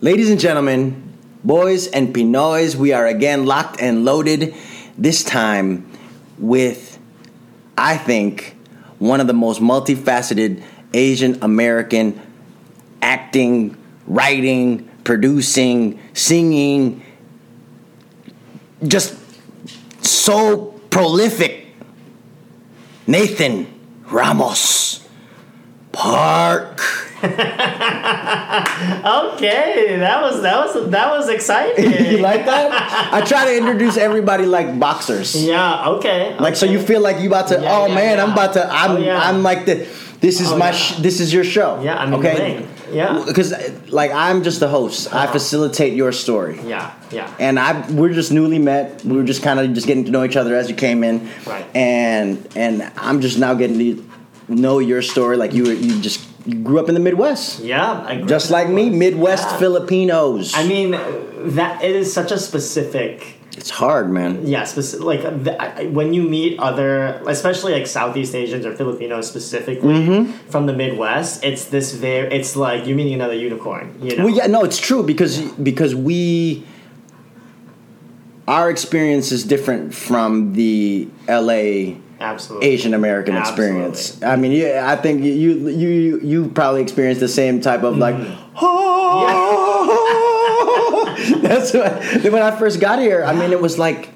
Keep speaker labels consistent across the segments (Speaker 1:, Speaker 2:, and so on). Speaker 1: Ladies and gentlemen, boys and Pinoys, we are again locked and loaded, this time with, I think, one of the most multifaceted Asian American acting, writing, producing, singing, just so prolific. Nathan Ramos Park.
Speaker 2: Okay, that was that was that was
Speaker 1: you
Speaker 2: exciting.
Speaker 1: like that? I try to introduce everybody like boxers.
Speaker 2: yeah. Okay.
Speaker 1: Like so you feel like you about to
Speaker 2: Yeah,
Speaker 1: oh
Speaker 2: yeah,
Speaker 1: man,
Speaker 2: yeah.
Speaker 1: I'm about to I'm
Speaker 2: Oh, yeah.
Speaker 1: I'm like the this is
Speaker 2: Oh,
Speaker 1: my
Speaker 2: yeah.
Speaker 1: sh- this is your show.
Speaker 2: Yeah, I'm in the lane. Uh-huh. Yeah.
Speaker 1: Cuz like I'm just the host. I facilitate your story.
Speaker 2: yeah. Yeah.
Speaker 1: And I we're just newly met. We were just kind of just getting to know each other as you came in.
Speaker 2: Right.
Speaker 1: And and I'm just now getting to know your story like you were, you just you grew up in the Midwest.
Speaker 2: yeah. I agree.
Speaker 1: Just like me, Midwest
Speaker 2: Yeah.
Speaker 1: Filipinos.
Speaker 2: I mean, that it is such a specific.
Speaker 1: it's hard, man.
Speaker 2: Yeah, specific, like the, I- I- when you meet other, especially like Southeast Asians or Filipinos specifically
Speaker 1: Mm-hmm.
Speaker 2: from the Midwest, it's this very. It's like you're meeting another unicorn. You know.
Speaker 1: Well, yeah, no, it's true because because we our experience is different from the LA
Speaker 2: Absolutely.
Speaker 1: Asian American experience. I mean, yeah, I think you you you you probably experienced the same type of like.
Speaker 2: Mm.
Speaker 1: That's what, then when I first got here. I mean, it was like,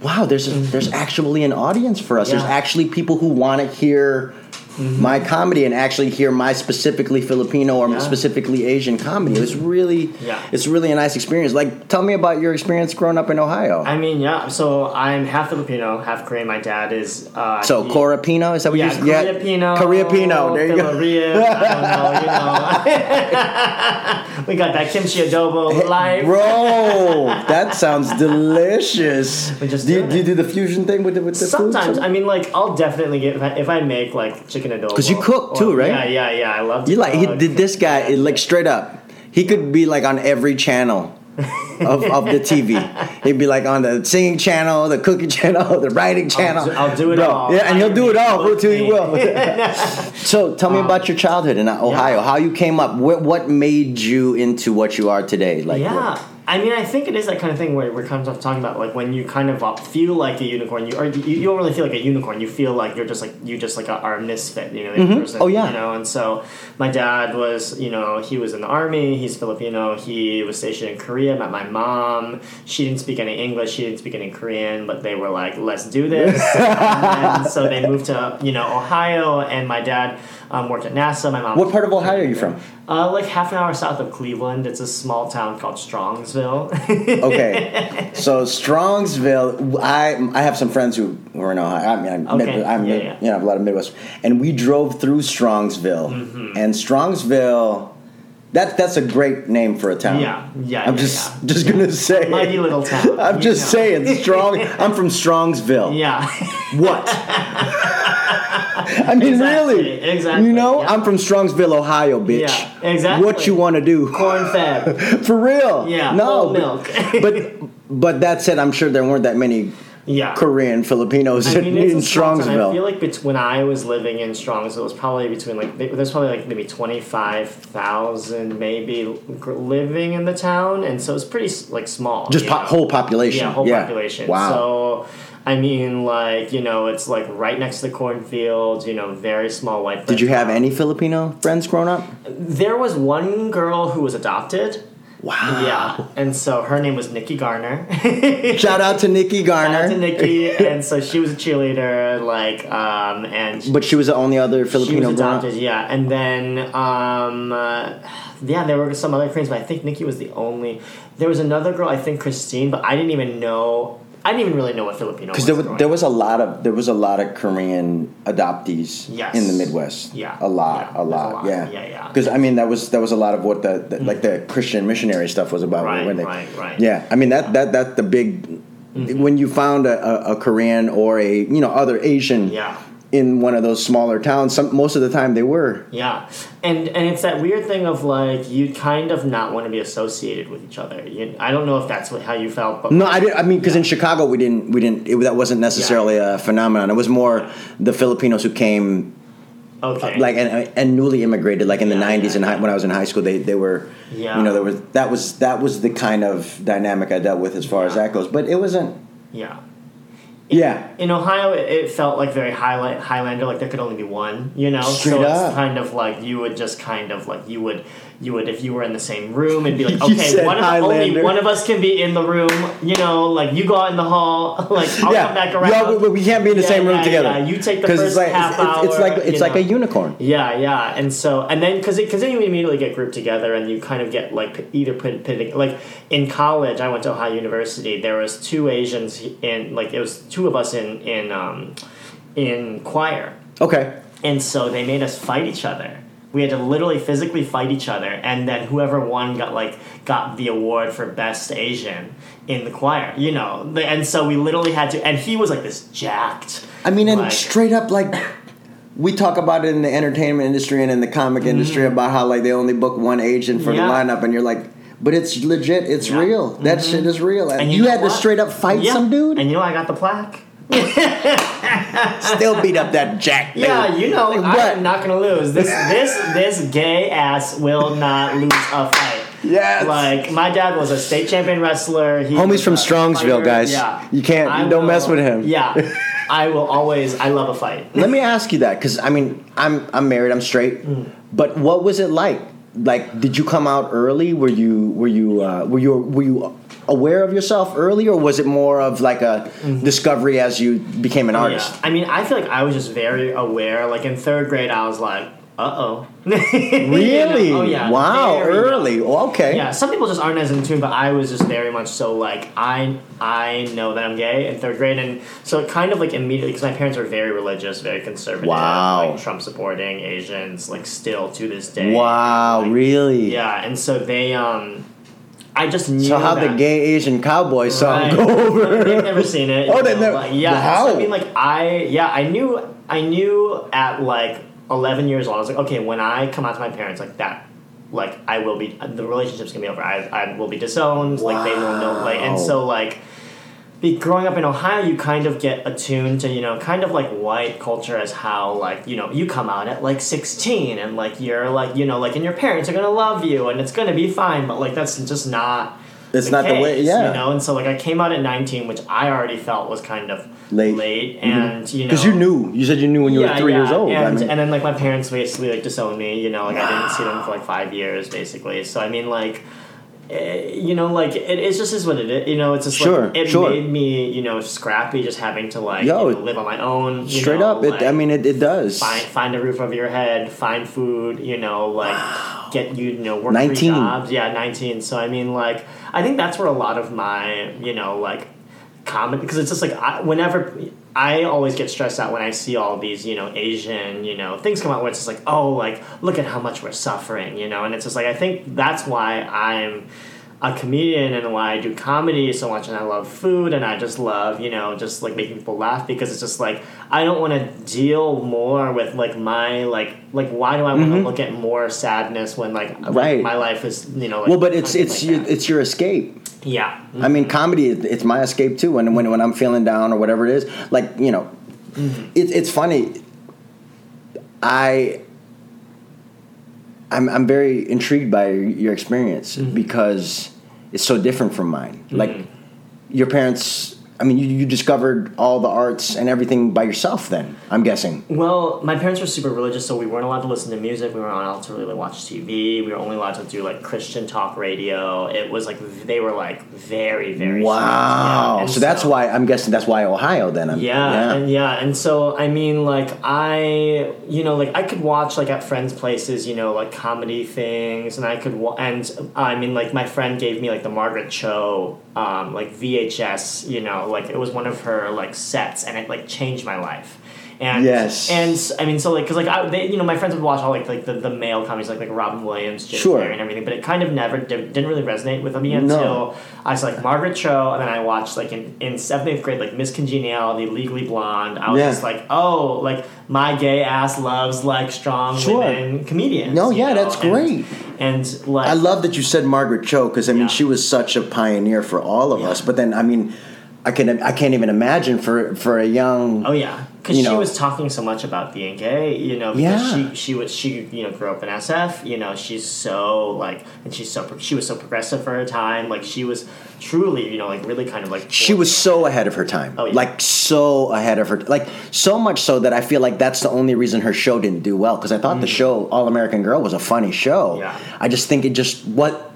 Speaker 1: wow, there's there's actually an audience for us. There's
Speaker 2: Mm. Yeah. Mm-hmm.
Speaker 1: actually people who want to hear my comedy and actually hear my specifically Filipino or
Speaker 2: Yeah. Mm-hmm.
Speaker 1: specifically Asian comedy. It's really
Speaker 2: Yeah.
Speaker 1: it's really a nice experience. Like, tell me about your experience growing up in Ohio.
Speaker 2: I mean, yeah. So I'm half Filipino, half Korean. My dad is. Uh,
Speaker 1: so,
Speaker 2: he-
Speaker 1: Corapino, is that what
Speaker 2: Yeah,
Speaker 1: you
Speaker 2: Korea Pino.
Speaker 1: Korea Pino, there you go.
Speaker 2: Korean, I don't know, you know. we got that kimchi adobo live.
Speaker 1: Bro, that sounds delicious.
Speaker 2: We just
Speaker 1: do, you,
Speaker 2: doing
Speaker 1: do you
Speaker 2: it.
Speaker 1: do the fusion thing with the, with the food?
Speaker 2: Sometimes, I mean, like, I'll definitely get, if I, if I make, like, chicken adobo.
Speaker 1: 'Cause you cook too, right?
Speaker 2: Yeah, yeah, yeah. I love to
Speaker 1: you like he
Speaker 2: cook.
Speaker 1: did this guy it, like straight up. He could be like on every channel. of, of the TV, he'd be like on the singing channel, the cooking channel, the writing channel.
Speaker 2: do- I'll do it
Speaker 1: Bro,
Speaker 2: all.
Speaker 1: Yeah, and he'll do it all.
Speaker 2: Iron
Speaker 1: Bro, too, he
Speaker 2: Man,
Speaker 1: will. so, tell me
Speaker 2: Um,
Speaker 1: about your childhood in uh, Ohio. How you came up? What, what made you into what you are today? Like,
Speaker 2: Yeah. I mean, I think it is that kind of thing where we're kind of talking about like when you kind of uh, feel like a unicorn, you or you, you don't really feel like a unicorn. You feel like you're just like you just like a, are a misfit, you know? the Person,
Speaker 1: Oh, yeah.
Speaker 2: You know, and so my dad was, you know, he was in the army. He's Filipino. He was stationed in Korea. Met my mom. She didn't speak any English. She didn't speak any Korean. But they were like, let's do this. and so they moved to you know Ohio, and my dad um, worked at NASA. My mom.
Speaker 1: what part of Ohio are you from?
Speaker 2: Uh, like half an hour south of Cleveland, it's a small town called Strongsville.
Speaker 1: Okay, so Strongsville, I I have some friends who were in Ohio. I mean, I'm,
Speaker 2: Okay,
Speaker 1: Mid- I'm
Speaker 2: yeah,
Speaker 1: Mid-
Speaker 2: yeah.
Speaker 1: you know, I have a lot of Midwest, and we drove through Strongsville,
Speaker 2: Mm-hmm.
Speaker 1: and Strongsville, that that's a great name for a town.
Speaker 2: yeah, yeah.
Speaker 1: I'm
Speaker 2: yeah,
Speaker 1: just
Speaker 2: yeah.
Speaker 1: just gonna say,
Speaker 2: mighty little town.
Speaker 1: I'm
Speaker 2: you
Speaker 1: just
Speaker 2: know.
Speaker 1: saying, strong. I'm from Strongsville.
Speaker 2: Yeah,
Speaker 1: What? I mean,
Speaker 2: Exactly,
Speaker 1: really?
Speaker 2: exactly,
Speaker 1: You know,
Speaker 2: yeah.
Speaker 1: I'm from Strongsville, Ohio, bitch.
Speaker 2: Yeah, exactly.
Speaker 1: What you want to do?
Speaker 2: corn fed.
Speaker 1: For real?
Speaker 2: Yeah,
Speaker 1: No.
Speaker 2: whole milk.
Speaker 1: but- but but that said, I'm sure there weren't that many
Speaker 2: Yeah.
Speaker 1: Korean Filipinos
Speaker 2: I mean,
Speaker 1: in,
Speaker 2: it's
Speaker 1: in
Speaker 2: a small town. I feel
Speaker 1: Strongsville.
Speaker 2: like bet- when I was living in Strongsville, it was probably between like th- there's probably like maybe twenty five thousand maybe gr- living in the town, and so it's pretty s- like small.
Speaker 1: Just
Speaker 2: you
Speaker 1: po-
Speaker 2: know?
Speaker 1: whole population.
Speaker 2: Yeah, whole population.
Speaker 1: Wow.
Speaker 2: So, I mean, like you know, it's like right next to the cornfields. You know, very small white.
Speaker 1: Did you have any Filipino friends growing up?
Speaker 2: There was one girl who was adopted.
Speaker 1: Wow.
Speaker 2: Yeah, and so her name was Nikki Garner.
Speaker 1: Shout out to Nikki
Speaker 2: Shout
Speaker 1: Garner.
Speaker 2: out to Nikki, and so she was a cheerleader, like, um, and she,
Speaker 1: But she was the only other
Speaker 2: she was
Speaker 1: Filipino growing up.
Speaker 2: adopted. Yeah, and then, um, uh, yeah, there were some other Koreans, but I think Nikki was the only. There was another girl, I think Christine, but I didn't even know. I didn't even really know what Filipino was.
Speaker 1: Because there, wa-
Speaker 2: growing
Speaker 1: there
Speaker 2: up.
Speaker 1: was a lot of there was a lot of Korean adoptees
Speaker 2: Yes.
Speaker 1: in the Midwest.
Speaker 2: Yeah.
Speaker 1: a lot,
Speaker 2: Yeah,
Speaker 1: a, lot.
Speaker 2: there's a lot.
Speaker 1: yeah,
Speaker 2: Yeah, yeah.
Speaker 1: Because I mean, that was that was a lot of what the, the like the Christian missionary stuff was about.
Speaker 2: Right,
Speaker 1: when they,
Speaker 2: right, right. Mm-hmm.
Speaker 1: Yeah, I mean that that that's the big when you found a, a, a Korean or a you know other Asian
Speaker 2: Yeah.
Speaker 1: in one of those smaller towns. Some most of the time they were.
Speaker 2: Yeah, and and it's that weird thing of like you kind of not want to be associated with each other. You, I don't know if that's what, how you felt, but
Speaker 1: No, I did. I mean, because in Chicago we didn't we didn't it, that wasn't necessarily a phenomenon. It was more the Filipinos who came
Speaker 2: Okay.
Speaker 1: uh, like and, and newly immigrated, like in the
Speaker 2: Yeah,
Speaker 1: '90s
Speaker 2: yeah,
Speaker 1: and high,
Speaker 2: yeah.
Speaker 1: when I was in high school, they they were,
Speaker 2: Yeah.
Speaker 1: you know, there was that was that was the kind of dynamic I dealt with as far as
Speaker 2: Yeah.
Speaker 1: that goes. But it wasn't,
Speaker 2: yeah.
Speaker 1: yeah,
Speaker 2: in Ohio, it, it felt like very Highla- Highlander, like there could only be one, you know.
Speaker 1: Straight
Speaker 2: so
Speaker 1: up.
Speaker 2: it's kind of like you would just kind of like you would you would if you were in the same room and be like,
Speaker 1: You said
Speaker 2: okay, one of,
Speaker 1: Highlander.
Speaker 2: only one of us can be in the room, you know. Like you go out in the hall, like I'll
Speaker 1: yeah.
Speaker 2: come back around.
Speaker 1: Y'all- we, we can't be in the
Speaker 2: Yeah,
Speaker 1: same room
Speaker 2: yeah,
Speaker 1: together.
Speaker 2: yeah. You take the
Speaker 1: 'Cause it's
Speaker 2: first
Speaker 1: like,
Speaker 2: half
Speaker 1: it's, it's- it's
Speaker 2: hour,
Speaker 1: like it's
Speaker 2: you
Speaker 1: like
Speaker 2: know.
Speaker 1: a unicorn.
Speaker 2: Yeah, yeah, and so and then because because then you immediately get grouped together and you kind of get like p- either put pitting like in college I went to Ohio University there was two Asians in like it was two of us in in um, in choir
Speaker 1: Okay,
Speaker 2: and so they made us fight each other. We had to literally physically fight each other, and then whoever won got like got the award for best Asian in the choir, you know. The- And so we literally had to, and he was like this jacked.
Speaker 1: I mean, and
Speaker 2: like-
Speaker 1: straight up like. We talk about it in the entertainment industry and in the comic industry about how like they only book one agent for
Speaker 2: Mm-hmm. Yeah.
Speaker 1: the lineup, and you're like, but it's legit, it's
Speaker 2: Yeah. Mm-hmm.
Speaker 1: real. That shit is real. And,
Speaker 2: and
Speaker 1: you,
Speaker 2: know
Speaker 1: had
Speaker 2: what?
Speaker 1: to straight up fight
Speaker 2: Yeah.
Speaker 1: some dude.
Speaker 2: and you know I got the plaque.
Speaker 1: still beat up that jack. dude.
Speaker 2: Yeah, you know,
Speaker 1: Like, what?
Speaker 2: I'm not gonna lose. This this this gay ass will not lose a fight.
Speaker 1: Yes.
Speaker 2: Like my dad was a state champion wrestler. He
Speaker 1: Homie's
Speaker 2: was
Speaker 1: from
Speaker 2: a
Speaker 1: Strongsville,
Speaker 2: fighter.
Speaker 1: guys.
Speaker 2: Yeah.
Speaker 1: You can't-
Speaker 2: I
Speaker 1: don't mess
Speaker 2: will-
Speaker 1: with him.
Speaker 2: Yeah. I will always I love a fight.
Speaker 1: Let me ask you that because I mean, I'm I'm married, I'm straight,
Speaker 2: Mm.
Speaker 1: but what was it like? Like, did you come out early? Were you were you uh, were you were you aware of yourself early, or was it more of like a discovery as you became an artist?
Speaker 2: Mm-hmm. Oh, Yeah. I mean, I feel like I was just very aware. Like in third grade, I was like, uh oh.
Speaker 1: Really?
Speaker 2: oh yeah.
Speaker 1: Wow,
Speaker 2: very
Speaker 1: early. Oh, okay.
Speaker 2: Yeah, some people just aren't as in tune, but I was just very much so like I I know that I'm gay in third grade, and so it kind of like immediately because my parents were very religious, very conservative,
Speaker 1: Wow.
Speaker 2: like Trump supporting Asians, like still to this day.
Speaker 1: Wow, really?
Speaker 2: Yeah, and so they um, I just knew.
Speaker 1: So how the
Speaker 2: that-
Speaker 1: gay Asian cowboy song
Speaker 2: Right.
Speaker 1: go over?
Speaker 2: They've never seen it.
Speaker 1: Oh,
Speaker 2: you
Speaker 1: they've
Speaker 2: know,
Speaker 1: never-
Speaker 2: like, yeah.
Speaker 1: Wow.
Speaker 2: So, I mean, like I, yeah, I knew, I knew at like eleven years old. I was like, okay, when I come out to my parents, like that, like I will be, the relationship's gonna be over. I, I will be disowned. Like they will know. Like and so like. Be, growing up in Ohio, you kind of get attuned to you know kind of like white culture as how like you know you come out at like sixteen and like you're like you know like and your parents are gonna love you and it's gonna be fine, but like that's just not
Speaker 1: It's not the way-
Speaker 2: case,
Speaker 1: yeah.
Speaker 2: you know know, and so like I came out at 19, which I already felt was kind of
Speaker 1: Late. Mm-hmm.
Speaker 2: and you know,
Speaker 1: Because you knew, you said you knew when you
Speaker 2: Yeah,
Speaker 1: were three
Speaker 2: yeah.
Speaker 1: years old.
Speaker 2: and,
Speaker 1: I mean,
Speaker 2: and then like my parents basically like disowned me, you know, like I didn't see them for like five years basically. So I mean, like, eh, you know, like it, it just is what it is. You know, it's just
Speaker 1: Sure,
Speaker 2: like, it
Speaker 1: sure.
Speaker 2: made me you know scrappy just having to like
Speaker 1: Yo,
Speaker 2: you know, live on my own. you
Speaker 1: straight
Speaker 2: know,
Speaker 1: up, it,
Speaker 2: like,
Speaker 1: I mean, it, it does.
Speaker 2: Find, find a roof over your head, find food, you know, like get you, know work
Speaker 1: 19.
Speaker 2: three jobs. Yeah, nineteen. So I mean, like I think that's where a lot of my you know like comment because it's just like I, whenever I always get stressed out when I see all these you know Asian you know things come out where it's just like oh like look at how much we're suffering you know and it's just like I think that's why I'm. A comedian and why I do comedy so much, and I love food, and I just love you know just like making people laugh because it's just like I don't want to deal more with like my like like why do I want to look at more sadness when like
Speaker 1: Mm-hmm. Right.
Speaker 2: like, my life is you know like,
Speaker 1: well, but it's
Speaker 2: kind of
Speaker 1: it's
Speaker 2: like
Speaker 1: your,
Speaker 2: that. Mm-hmm.
Speaker 1: it's your escape.
Speaker 2: yeah
Speaker 1: I mean, comedy it- it's my escape too. When when when I'm feeling down or whatever it is, like you know,
Speaker 2: Mm-hmm.
Speaker 1: it, it's funny. I. I'm I'm very intrigued by your experience
Speaker 2: Mm-hmm.
Speaker 1: because it's so different from mine. Like your parents, I mean, you, you discovered all the arts and everything by yourself. Then I'm guessing.
Speaker 2: Well, my parents were super religious, so we weren't allowed to listen to music. We weren't allowed to really watch TV. We were only allowed to do like Christian talk radio. It was like they were like very very strict.
Speaker 1: Wow.
Speaker 2: Yeah, and
Speaker 1: so, that's why I'm guessing that's why Ohio then. I'm,
Speaker 2: Yeah, and yeah, and so I mean, like I, you know, like I could watch like at friends' places, you know, like comedy things, and I could, wa- and uh, I mean, like my friend gave me like the Margaret Cho, um, like VHS, you know, like it was one of her like sets, and it like changed my life. And
Speaker 1: Yes.
Speaker 2: and s- I mean, so like, cause like I, they, you know, my friends would watch all like like the, the male comedies, like like Robin Williams, Jim
Speaker 1: Sure.
Speaker 2: Carrey, and everything, but it kind of never di- didn't really resonate with me
Speaker 1: No.
Speaker 2: until. I was like Margaret Cho, and then I watched like in, in seventh eighth grade like Miss Congeniality, Legally Blonde. I was
Speaker 1: Yeah.
Speaker 2: just like, oh, like my gay ass loves like strong
Speaker 1: Sure.
Speaker 2: women comedians.
Speaker 1: No,
Speaker 2: you
Speaker 1: yeah,
Speaker 2: know?
Speaker 1: that's
Speaker 2: And-
Speaker 1: great.
Speaker 2: And, like,
Speaker 1: I love that you said Margaret Cho because I mean
Speaker 2: Yeah.
Speaker 1: she was such a pioneer for all of
Speaker 2: Yeah.
Speaker 1: us. But then I mean, I can I can't even imagine for for a young
Speaker 2: oh yeah, because
Speaker 1: you
Speaker 2: she
Speaker 1: know,
Speaker 2: was talking so much about being gay, you know. Because
Speaker 1: Yeah.
Speaker 2: she she was she you know grew up in SF, you know. She's so like, and she's so pro- she was so progressive for her time. Like she was truly, you know, like really kind of like
Speaker 1: she was so ahead of her time.
Speaker 2: Oh, yeah.
Speaker 1: Like so ahead of her like so much so that I feel like that's the only reason her show didn't do well cuz I thought the show All American Girl was a funny show.
Speaker 2: Mm. Yeah.
Speaker 1: I just think it just what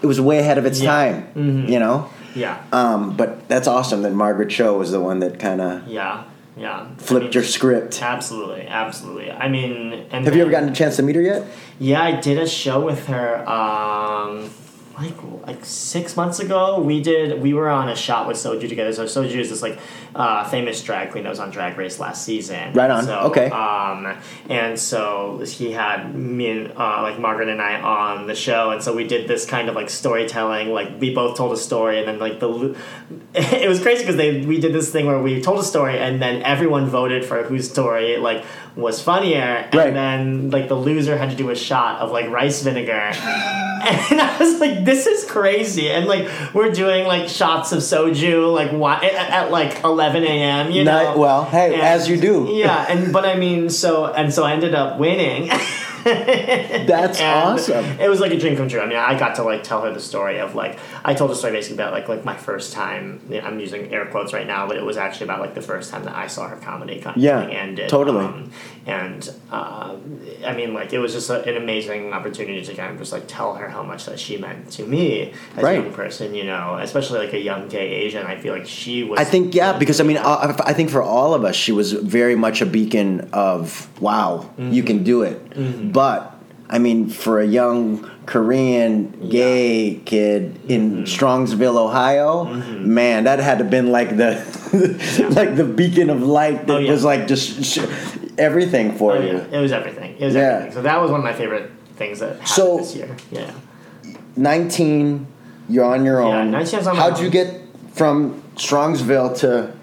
Speaker 1: it was way ahead of its
Speaker 2: Yeah. Mm-hmm.
Speaker 1: time, you know?
Speaker 2: yeah
Speaker 1: Um, but that's awesome that Margaret Cho was the one that kind of
Speaker 2: yeah yeah I
Speaker 1: flipped
Speaker 2: mean,
Speaker 1: your script.
Speaker 2: Absolutely, absolutely. I mean, and
Speaker 1: Have you ever
Speaker 2: then-
Speaker 1: gotten a chance to meet her yet?
Speaker 2: Yeah, I did a show with her um like like six months ago. We did we were on a shot with Soju together. So Soju is this like uh, famous drag queen that was on Drag Race last season.
Speaker 1: Right on.
Speaker 2: So,
Speaker 1: Okay.
Speaker 2: Um, and so he had me and uh, like Margaret and I on the show, and so we did this kind of like storytelling. Like we both told a story, and then like the lo- it was crazy because they we did this thing where we told a story, and then everyone voted for whose story like was funnier, and
Speaker 1: Right.
Speaker 2: then like the loser had to do a shot of like rice vinegar. And I was like, "This is crazy!" And like, we're doing like shots of soju, like why, at, at like eleven a.m. You know,
Speaker 1: Not- well, hey,
Speaker 2: And-
Speaker 1: as you do.
Speaker 2: yeah, and but I mean, so and so I ended up winning.
Speaker 1: That's
Speaker 2: And
Speaker 1: awesome.
Speaker 2: It was like a dream come true. I mean, I got to like tell her the story of like I told a story basically about like like my first time. you know, I'm using air quotes right now, but it was actually about like the first time that I saw her comedy kind of
Speaker 1: Yeah,
Speaker 2: thing ended.
Speaker 1: totally.
Speaker 2: Um, and uh, I mean, like it was just a, an amazing opportunity to kind of just like tell her how much that she meant to me as
Speaker 1: Right.
Speaker 2: a young person. You know, especially like a young gay Asian. I feel like she was.
Speaker 1: I think yeah, because I mean, I, I think for all of us, she was very much a beacon of wow,
Speaker 2: Mm-hmm.
Speaker 1: you can do it. But I mean, for a young Korean gay kid in
Speaker 2: Mm-hmm.
Speaker 1: Strongsville, Ohio, man, that had to been like the like the beacon of light that
Speaker 2: Oh, yeah.
Speaker 1: was like just sh- everything for
Speaker 2: Oh,
Speaker 1: you.
Speaker 2: yeah. It was everything. It was
Speaker 1: Yeah.
Speaker 2: everything. So that was one of my favorite things that happened
Speaker 1: So-
Speaker 2: this year. Yeah.
Speaker 1: Nineteen, you're on your
Speaker 2: Yeah,
Speaker 1: own.
Speaker 2: 19 I was on my
Speaker 1: How'd
Speaker 2: own.
Speaker 1: you get from Strongsville to?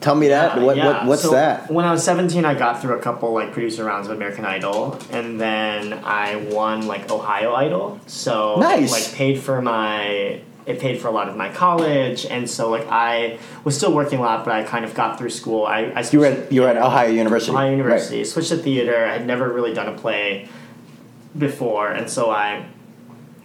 Speaker 1: Tell me that.
Speaker 2: Yeah,
Speaker 1: What,
Speaker 2: yeah.
Speaker 1: what what's
Speaker 2: So
Speaker 1: that?
Speaker 2: When I was 17, I got through a couple like producer rounds of American Idol, and then I won like Ohio Idol. So it,
Speaker 1: Nice.
Speaker 2: like paid for my it paid for a lot of my college, and so like I was still working a lot, but I kind of got through school. I, I
Speaker 1: You were at, you were at Ohio University.
Speaker 2: Ohio University.
Speaker 1: Right.
Speaker 2: Switched to theater. I had never really done a play before, and so I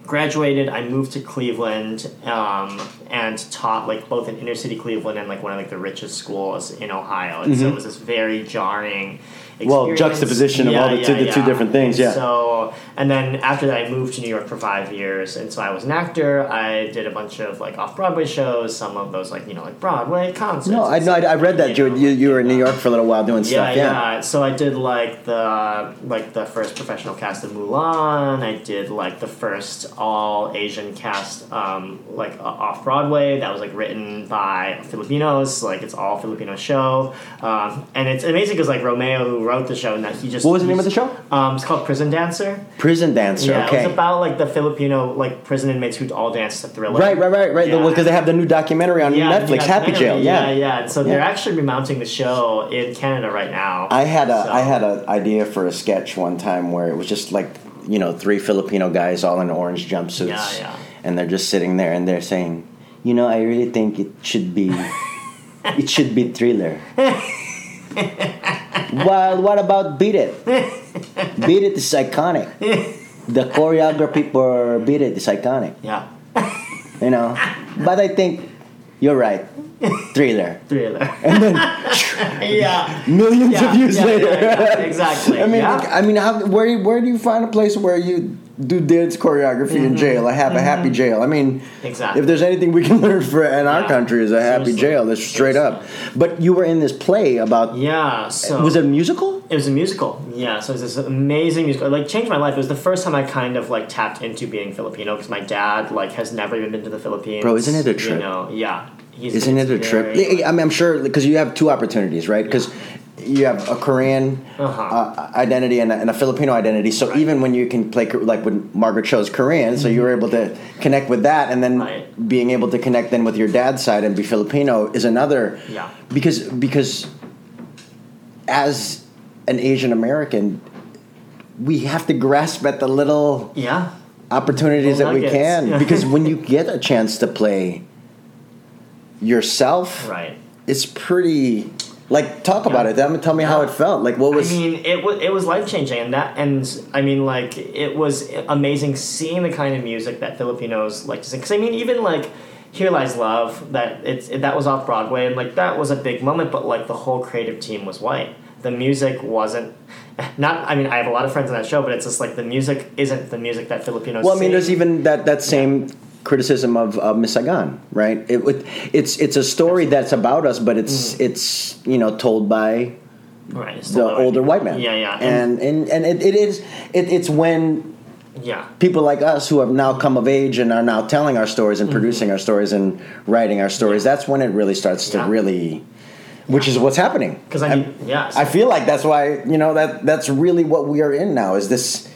Speaker 2: graduated. I moved to Cleveland um, and taught like both in inner city Cleveland and like one of like the richest schools in Ohio. And so it was this very jarring.
Speaker 1: Mm-hmm. Well,
Speaker 2: experience.
Speaker 1: juxtaposition of all the two- the two different things,
Speaker 2: And
Speaker 1: yeah.
Speaker 2: So and then after that, I moved to New York for five years, and so I was an actor. I did a bunch of like off Broadway shows, some of those like you know like Broadway concerts.
Speaker 1: No, I, no, I, I read that you, you you were in New York for a little while doing
Speaker 2: Yeah,
Speaker 1: stuff. Yeah.
Speaker 2: yeah. So I did like the like the first professional cast of Mulan. I did like the first all Asian cast, um, like off Broadway. That was like written by Filipinos. Like it's all Filipino show, um, and it's amazing because like Romeo, who wrote the show, and that he just
Speaker 1: What was the name of the show?
Speaker 2: Um, it's called Prison Dancer.
Speaker 1: Prison dancer.
Speaker 2: Yeah,
Speaker 1: okay.
Speaker 2: it was about like the Filipino like prison inmates who all danced to Thriller.
Speaker 1: right, right, right, right.
Speaker 2: Yeah.
Speaker 1: Because they have the new documentary on
Speaker 2: Yeah,
Speaker 1: Netflix, Happy Jail.
Speaker 2: documentary.
Speaker 1: Yeah.
Speaker 2: yeah, yeah. So they're
Speaker 1: Yeah.
Speaker 2: actually remounting the show in Canada right now.
Speaker 1: I had a
Speaker 2: So-
Speaker 1: I had an idea for a sketch one time where it was just like you know three Filipino guys all in orange jumpsuits.
Speaker 2: Yeah, yeah.
Speaker 1: And they're just sitting there and they're saying, you know, I really think it should be, it should be thriller. well, what about Beat It? Beat It is iconic. The choreography for Beat It is iconic.
Speaker 2: Yeah.
Speaker 1: You know, but I think you're right. Thriller.
Speaker 2: Thriller. And then yeah.
Speaker 1: Millions
Speaker 2: Yeah,
Speaker 1: of views
Speaker 2: yeah,
Speaker 1: later.
Speaker 2: yeah, yeah, exactly.
Speaker 1: I mean,
Speaker 2: Yeah.
Speaker 1: I mean, how, where where do you find a place where you do dance choreography in jail? I have a happy jail. I mean,
Speaker 2: Mm-hmm. Exactly.
Speaker 1: If there's anything we can learn for in our
Speaker 2: Yeah.
Speaker 1: country is a happy
Speaker 2: Seriously.
Speaker 1: jail. That's straight up. But you were in this play about
Speaker 2: Yeah. So
Speaker 1: was it a musical?
Speaker 2: it was a musical. Yeah, so it was this amazing musical. It, like changed my life. It was the first time I kind of like tapped into being Filipino because my dad like has never even been to the Philippines.
Speaker 1: Bro, isn't it a trip?
Speaker 2: You know, yeah. He's,
Speaker 1: Isn't it
Speaker 2: he's
Speaker 1: a trip?
Speaker 2: very,
Speaker 1: I mean, I'm sure because you have two opportunities, right? Because you have a Korean
Speaker 2: Uh-huh.
Speaker 1: uh, identity and a, and a Filipino identity. So even when you can play, Kor- like when Margaret chose Korean, so you were able to connect with that, and then
Speaker 2: Mm-hmm. Right.
Speaker 1: being able to connect then with your dad's side and be Filipino is another.
Speaker 2: Yeah.
Speaker 1: Because because as an Asian American, we have to grasp at the little
Speaker 2: yeah.
Speaker 1: opportunities that
Speaker 2: Little
Speaker 1: we
Speaker 2: Oh, nuggets.
Speaker 1: can
Speaker 2: Yeah.
Speaker 1: because when you get a chance to play yourself
Speaker 2: Right.
Speaker 1: it's pretty Like, talk about it. Tell me, tell me how it felt. Like, what was?
Speaker 2: I mean, it was it was life changing, and that and I mean, like it was amazing seeing the kind of music that Filipinos like to sing. Because I mean, even like "Here Lies Love," that it's it, that was off Broadway, and like that was a big moment. But like the whole creative team was white. The music wasn't. Not, I mean, I have a lot of friends on that show, but it's just like the music isn't the music that Filipinos.
Speaker 1: well, I mean,
Speaker 2: sing.
Speaker 1: there's even that that same criticism of uh, Miss Saigon, right? It, would it's it's a story that's about us, but it's
Speaker 2: Mm.
Speaker 1: it's you know told by
Speaker 2: right, it's
Speaker 1: the
Speaker 2: still
Speaker 1: older white man.
Speaker 2: Yeah, yeah,
Speaker 1: and and and it, it is it, it's when
Speaker 2: yeah.
Speaker 1: people like us who have now come of age and are now telling our stories
Speaker 2: Mm-hmm.
Speaker 1: and producing our stories and writing our stories that's when it really starts to
Speaker 2: Yeah.
Speaker 1: really which is what's happening
Speaker 2: Because I mean, yeah,
Speaker 1: I feel like that's why you know that that's really what we are in now is this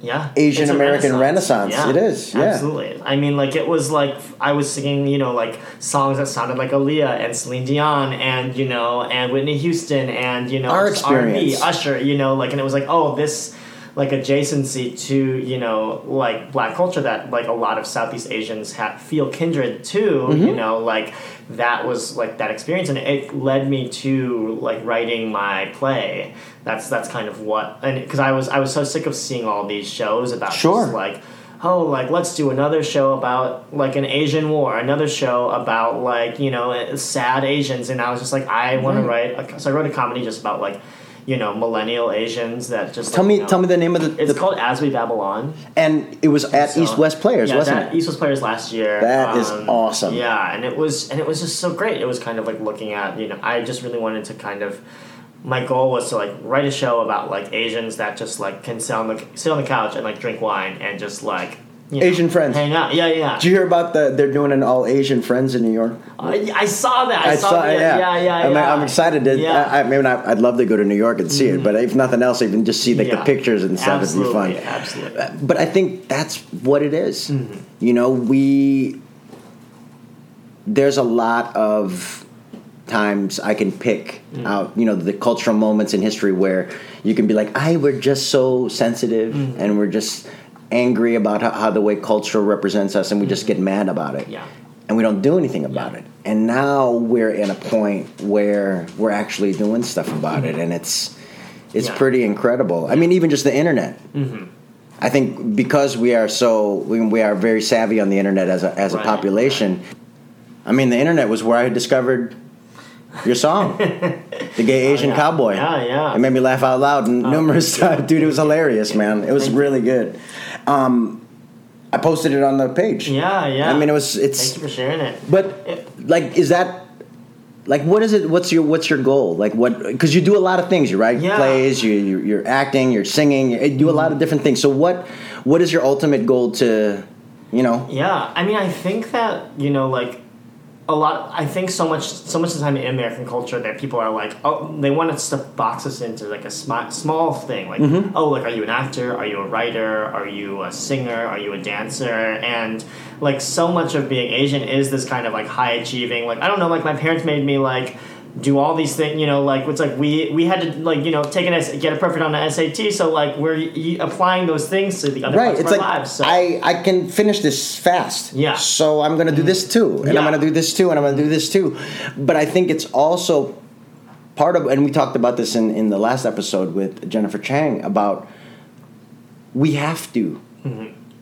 Speaker 2: yeah
Speaker 1: Asian
Speaker 2: It's a
Speaker 1: American renaissance.
Speaker 2: Yeah,
Speaker 1: It is, yeah.
Speaker 2: absolutely i mean like it was like i was singing you know like songs that sounded like aaliyah and celine dion and you know and whitney houston and you know
Speaker 1: Our
Speaker 2: just R&B,
Speaker 1: experience.
Speaker 2: usher you know like and it was like oh this like adjacency to you know like black culture that like a lot of southeast asians have, feel kindred to you know like that was like that experience and it led me to like writing my play that's that's kind of what and because i was i was so sick of seeing all these shows about just,
Speaker 1: Sure.
Speaker 2: like oh like let's do another show about like an asian war another show about like you know eh, sad asians and i was just like i want to write a, so i wrote a comedy just about like you know millennial asians that just
Speaker 1: tell
Speaker 2: like,
Speaker 1: me
Speaker 2: you know-
Speaker 1: tell me the name of the,
Speaker 2: it's
Speaker 1: the-
Speaker 2: called as we babylon
Speaker 1: and it was at
Speaker 2: so-
Speaker 1: East West Players
Speaker 2: yeah,
Speaker 1: wasn't
Speaker 2: that-
Speaker 1: it
Speaker 2: East West Players last year. um,
Speaker 1: That is awesome.
Speaker 2: Yeah, and it was and it was just so great. It was kind of like looking at you know I just really wanted to kind of my goal was to like write a show about like Asians that just like can sit on the sit on the couch and like drink wine and just like you know,
Speaker 1: Asian friends.
Speaker 2: hang out. Yeah, yeah.
Speaker 1: Did you hear about the they're doing an all Asian Friends in New York?
Speaker 2: I, I saw that. I, saw, that. yeah, yeah.
Speaker 1: I'm,
Speaker 2: yeah.
Speaker 1: I'm excited to.
Speaker 2: Yeah. Mm-hmm.
Speaker 1: I, I, maybe not. I'd love to go to New York and see it, but if nothing else, even just see like
Speaker 2: Yeah.
Speaker 1: the pictures and stuff. It'd
Speaker 2: Absolutely,
Speaker 1: be fun.
Speaker 2: absolutely.
Speaker 1: but I think that's what it is. You know, we there's a lot of times I can pick out, you know, the cultural moments in history where you can be like, I we're just so sensitive and we're just angry about how, how the way culture represents us and we just get mad about it.
Speaker 2: Yeah.
Speaker 1: And we don't do anything about it. And now we're at a point where we're actually doing stuff about it and it's it's
Speaker 2: Yeah. Mm-hmm.
Speaker 1: pretty incredible. I mean even just the internet. I think because we are so we, we are very savvy on the internet as a as
Speaker 2: Right,
Speaker 1: a population. I mean, the internet was where I discovered your song, the gay Asian
Speaker 2: Oh, yeah.
Speaker 1: cowboy.
Speaker 2: Yeah, Oh, yeah.
Speaker 1: It made me laugh out loud and numerous times. Dude, it was hilarious, man. It was really good. Um, I posted it on the page.
Speaker 2: Yeah, yeah.
Speaker 1: I mean, it was
Speaker 2: Thank
Speaker 1: it's
Speaker 2: you for sharing it.
Speaker 1: but like, is that like what is it? What's your what's your goal? Like what? Because you do a lot of things. You write
Speaker 2: Yeah.
Speaker 1: plays. You, you you're acting. You're singing. You do a lot of different things. So what what is your ultimate goal to you know?
Speaker 2: Yeah, I mean, I think that you know, like a lot. I think so much, so much of the time in American culture that people are like, oh, they want us to box us into like a smi- small thing, like,
Speaker 1: Mm-hmm.
Speaker 2: oh, like, are you an actor? Are you a writer? Are you a singer? Are you a dancer? And like, so much of being Asian is this kind of like high achieving. Like, I don't know, like my parents made me like. Do all these things, you know, like it's like we we had to like you know take an essay, get a perfect on the SAT, so like we're y- applying those things to the other
Speaker 1: Right.
Speaker 2: parts
Speaker 1: It's
Speaker 2: of our
Speaker 1: like
Speaker 2: lives. So.
Speaker 1: I I can finish this fast.
Speaker 2: Yeah. Mm-hmm.
Speaker 1: So I'm gonna do this too, and I'm
Speaker 2: Yeah.
Speaker 1: gonna do this too, and I'm gonna do this too. But I think it's also part of, and we talked about this in in the last episode with Jennifer Chang about we have to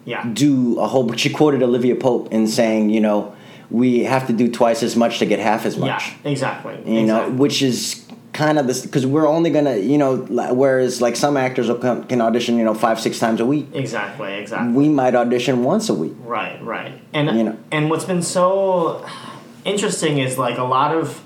Speaker 2: yeah,
Speaker 1: do a whole. She quoted Olivia Pope in saying, you know, we have to do twice as much to get half as much.
Speaker 2: Yeah, exactly.
Speaker 1: You know,
Speaker 2: exactly.
Speaker 1: which is kind of this because we're only gonna, you know, li- whereas like some actors will come, can audition, you know, five six times a week.
Speaker 2: exactly, exactly.
Speaker 1: We might audition once a week.
Speaker 2: Right, right. And
Speaker 1: You know.
Speaker 2: and what's been so interesting is like a lot of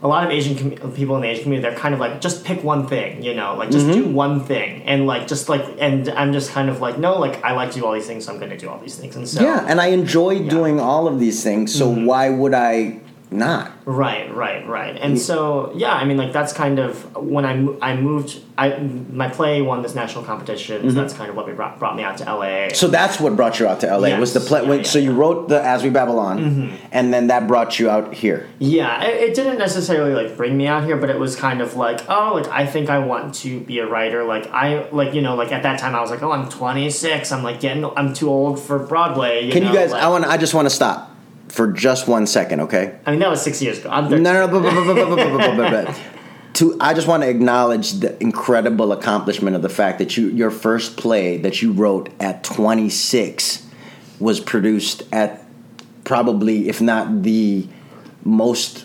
Speaker 2: a lot of Asian com- people in the Asian community, they're kind of like, just pick one thing, you know, like just
Speaker 1: Mm-hmm.
Speaker 2: do one thing, and like just like, and I'm just kind of like, no, like I like to do all these things, so I'm going to do all these things, and so
Speaker 1: Yeah, and I enjoy doing all of these things. So
Speaker 2: Mm-hmm.
Speaker 1: why would I not?
Speaker 2: Right, right, right. And so, yeah, I mean, like that's kind of when I, mo- I moved. I my play won this national competition. So that's kind of what we brought, brought me out to LA.
Speaker 1: Mm-hmm. So that's what brought you out to LA was the
Speaker 2: Yes.
Speaker 1: play.
Speaker 2: Yeah,
Speaker 1: when,
Speaker 2: yeah, Mm-hmm.
Speaker 1: so you wrote the As We Babylon, and then that brought you out here.
Speaker 2: Yeah, it, it didn't necessarily like bring me out here, but it was kind of like, oh, like I think I want to be a writer. Like I, like you know, like at that time I was like, oh, I'm 26. I'm like getting, I'm too old for Broadway. You
Speaker 1: Can
Speaker 2: know?
Speaker 1: you guys?
Speaker 2: Like,
Speaker 1: I want. I just want to stop for just one second, okay?
Speaker 2: I mean, that was six years ago. I'm
Speaker 1: No,
Speaker 2: 13.
Speaker 1: no, no. but- but- but- but- but- but- but- but- but- to I just want to acknowledge the incredible accomplishment of the fact that you your first play that you wrote at 26 was produced at probably if not the most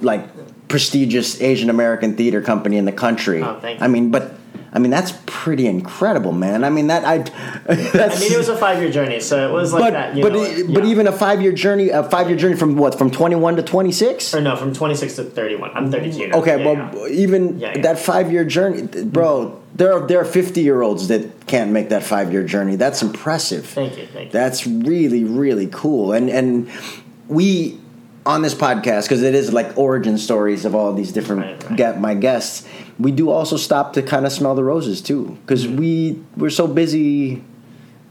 Speaker 1: like prestigious Asian American theater company in the country.
Speaker 2: Oh, thank you.
Speaker 1: I mean, but I mean that's pretty incredible, man. I mean that I that's
Speaker 2: I mean, it was a five year journey, so it was like
Speaker 1: but
Speaker 2: that. You
Speaker 1: but
Speaker 2: know,
Speaker 1: it- but
Speaker 2: yeah.
Speaker 1: even a five year journey a five year journey from what from 21 to 26
Speaker 2: or no, from twenty six to thirty one. I'm thirty two. Now.
Speaker 1: Okay,
Speaker 2: Yeah, yeah.
Speaker 1: well, even
Speaker 2: Yeah, yeah.
Speaker 1: that five year journey, th- bro. There are there are fifty year olds that can't make that five year journey. That's impressive.
Speaker 2: Thank you, thank you.
Speaker 1: That's really really cool. And and we on this podcast because it is like origin stories of all these different
Speaker 2: Right, right.
Speaker 1: get my guests. We do also stop to kind of smell the roses too because
Speaker 2: Mm-hmm.
Speaker 1: we we're so busy.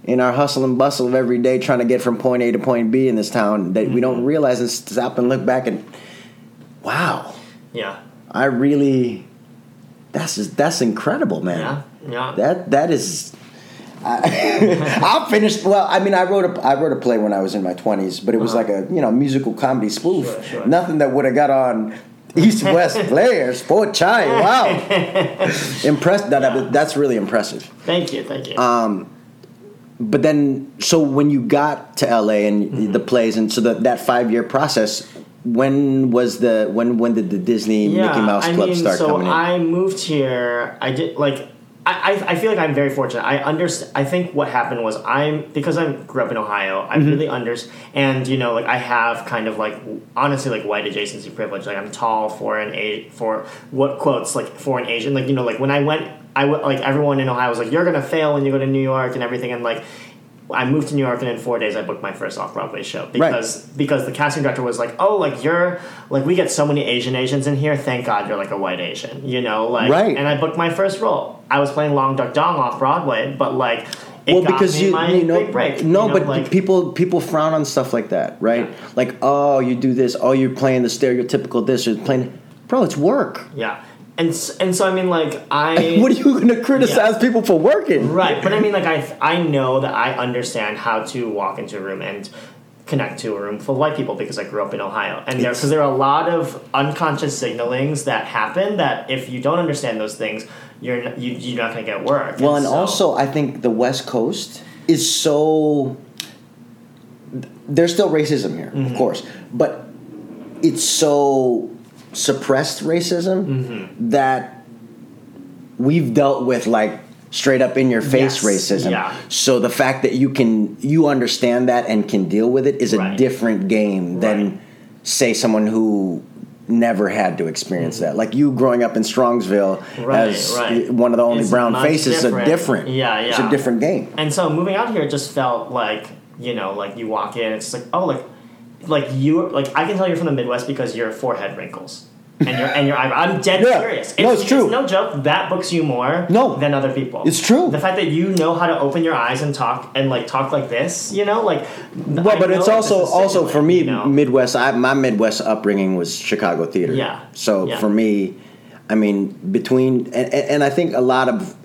Speaker 1: In our hustle and bustle of every day, trying to get from point A to point B in this town, that we
Speaker 2: Mm-hmm.
Speaker 1: don't realize and stop and look back and, wow,
Speaker 2: yeah,
Speaker 1: I really that's just, that's incredible, man.
Speaker 2: yeah, yeah.
Speaker 1: That that is. I, I finished well. I mean, I wrote a I wrote a play when I was in my twenties, but it was like a you know musical comedy spoof.
Speaker 2: Uh-huh. Sure, sure.
Speaker 1: Nothing that would have got on East West Players for Chai. Wow, impressed. That that's really impressive.
Speaker 2: thank you, thank you.
Speaker 1: But then, so when you got to LA and
Speaker 2: Mm-hmm.
Speaker 1: the plays, and so that that five year process, when was the when when did the Disney Mickey Mouse Club start
Speaker 2: so
Speaker 1: coming in?
Speaker 2: I moved here. I did like. I, I, I feel like I'm very fortunate. I understand. I think what happened was I'm because I grew up in Ohio. I
Speaker 1: Mm-hmm.
Speaker 2: really understand, and you know, like I have kind of like honestly like white adjacency privilege. Like I'm tall, foreign, a for what quotes like foreign Asian. Like you know, like when I went, I went like everyone in Ohio was like, "You're gonna fail when you go to New York" and everything. And like, I moved to New York, and in four days, I booked my first off Broadway show because because the casting director was like, "Oh, like you're like we get so many Asian Asians in here. Thank God you're like a white Asian, you know." Like,
Speaker 1: Right.
Speaker 2: And I booked my first role. I was playing Long Duck Dong off Broadway, but like, it
Speaker 1: well,
Speaker 2: got
Speaker 1: because
Speaker 2: me
Speaker 1: you,
Speaker 2: my
Speaker 1: you know,
Speaker 2: big
Speaker 1: no,
Speaker 2: break. you know,
Speaker 1: but
Speaker 2: like,
Speaker 1: people people frown on stuff like that, right? Like, oh, you do this, oh, you're playing the stereotypical this, you're playing, bro, it's work.
Speaker 2: yeah, and s- and so I mean, like, I
Speaker 1: What are you going to criticize people for working?
Speaker 2: Right, but I mean, like, I I know that I understand how to walk into a room and connect to a room full of white people because I grew up in Ohio, and there because there are a lot of unconscious signalings that happen that if you don't understand those things, you're n- you, you're not going to get work.
Speaker 1: Well, and
Speaker 2: so-
Speaker 1: also, I think the West Coast is so. There's still racism here,
Speaker 2: Mm-hmm.
Speaker 1: of course, but it's so suppressed racism
Speaker 2: Mm-hmm.
Speaker 1: that we've dealt with like straight up in your face
Speaker 2: Yes,
Speaker 1: racism.
Speaker 2: yeah.
Speaker 1: So the fact that you can you understand that and can deal with it is a
Speaker 2: Right.
Speaker 1: different game than
Speaker 2: Right.
Speaker 1: say someone who never had to experience that. Like you growing up in Strongsville
Speaker 2: Mm-hmm. Right,
Speaker 1: as
Speaker 2: right.
Speaker 1: one of the only
Speaker 2: It's
Speaker 1: brown
Speaker 2: much
Speaker 1: faces
Speaker 2: different.
Speaker 1: are different.
Speaker 2: Yeah,
Speaker 1: It's a
Speaker 2: yeah.
Speaker 1: different game.
Speaker 2: And so moving out here just felt like, you know, like you walk in, it's just like, oh, like, like you, like I can tell you're from the Midwest because your forehead wrinkles and your and your eyebrow. I'm dead
Speaker 1: Yeah.
Speaker 2: serious.
Speaker 1: No, it's true.
Speaker 2: no joke. That books you more
Speaker 1: No.
Speaker 2: than other people.
Speaker 1: It's true.
Speaker 2: The fact that you know how to open your eyes and talk and like talk like this, you know, like.
Speaker 1: Well, but it's also also for me
Speaker 2: You know?
Speaker 1: Midwest. I, my Midwest upbringing was Chicago theater.
Speaker 2: Yeah.
Speaker 1: So
Speaker 2: Yeah.
Speaker 1: for me, I mean, between and, and and I think a lot of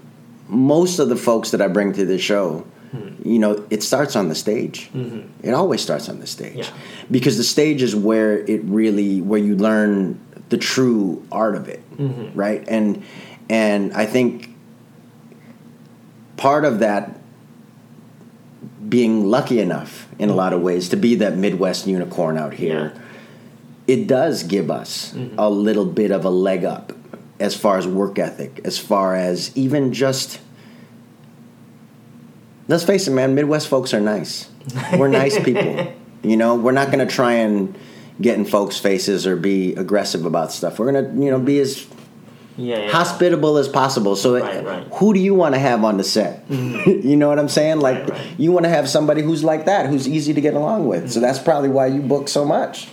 Speaker 1: most of the folks that I bring to the show,
Speaker 2: Hmm.
Speaker 1: you know, it starts on the stage. It always starts on the stage
Speaker 2: Mm-hmm. Yeah.
Speaker 1: because the stage is where it really where you learn the true art of it,
Speaker 2: Mm-hmm.
Speaker 1: right? And and I think part of that being lucky enough in a lot of ways to be that Midwest unicorn out here, it does give us a little bit of a leg up as far as work ethic, as far as even just. Let's face it, man, Midwest folks are nice. We're nice people. You know, we're not going to try and get in folks' faces or be aggressive about stuff. We're going to, you know, be as
Speaker 2: yeah, yeah.
Speaker 1: hospitable as possible. So,
Speaker 2: Right,
Speaker 1: uh,
Speaker 2: right. Mm.
Speaker 1: who do you want to have on the set? you know what I'm saying? Like,
Speaker 2: Right, right.
Speaker 1: you want to have somebody who's like that, who's easy to get along with.
Speaker 2: Mm.
Speaker 1: So that's probably why you book so much.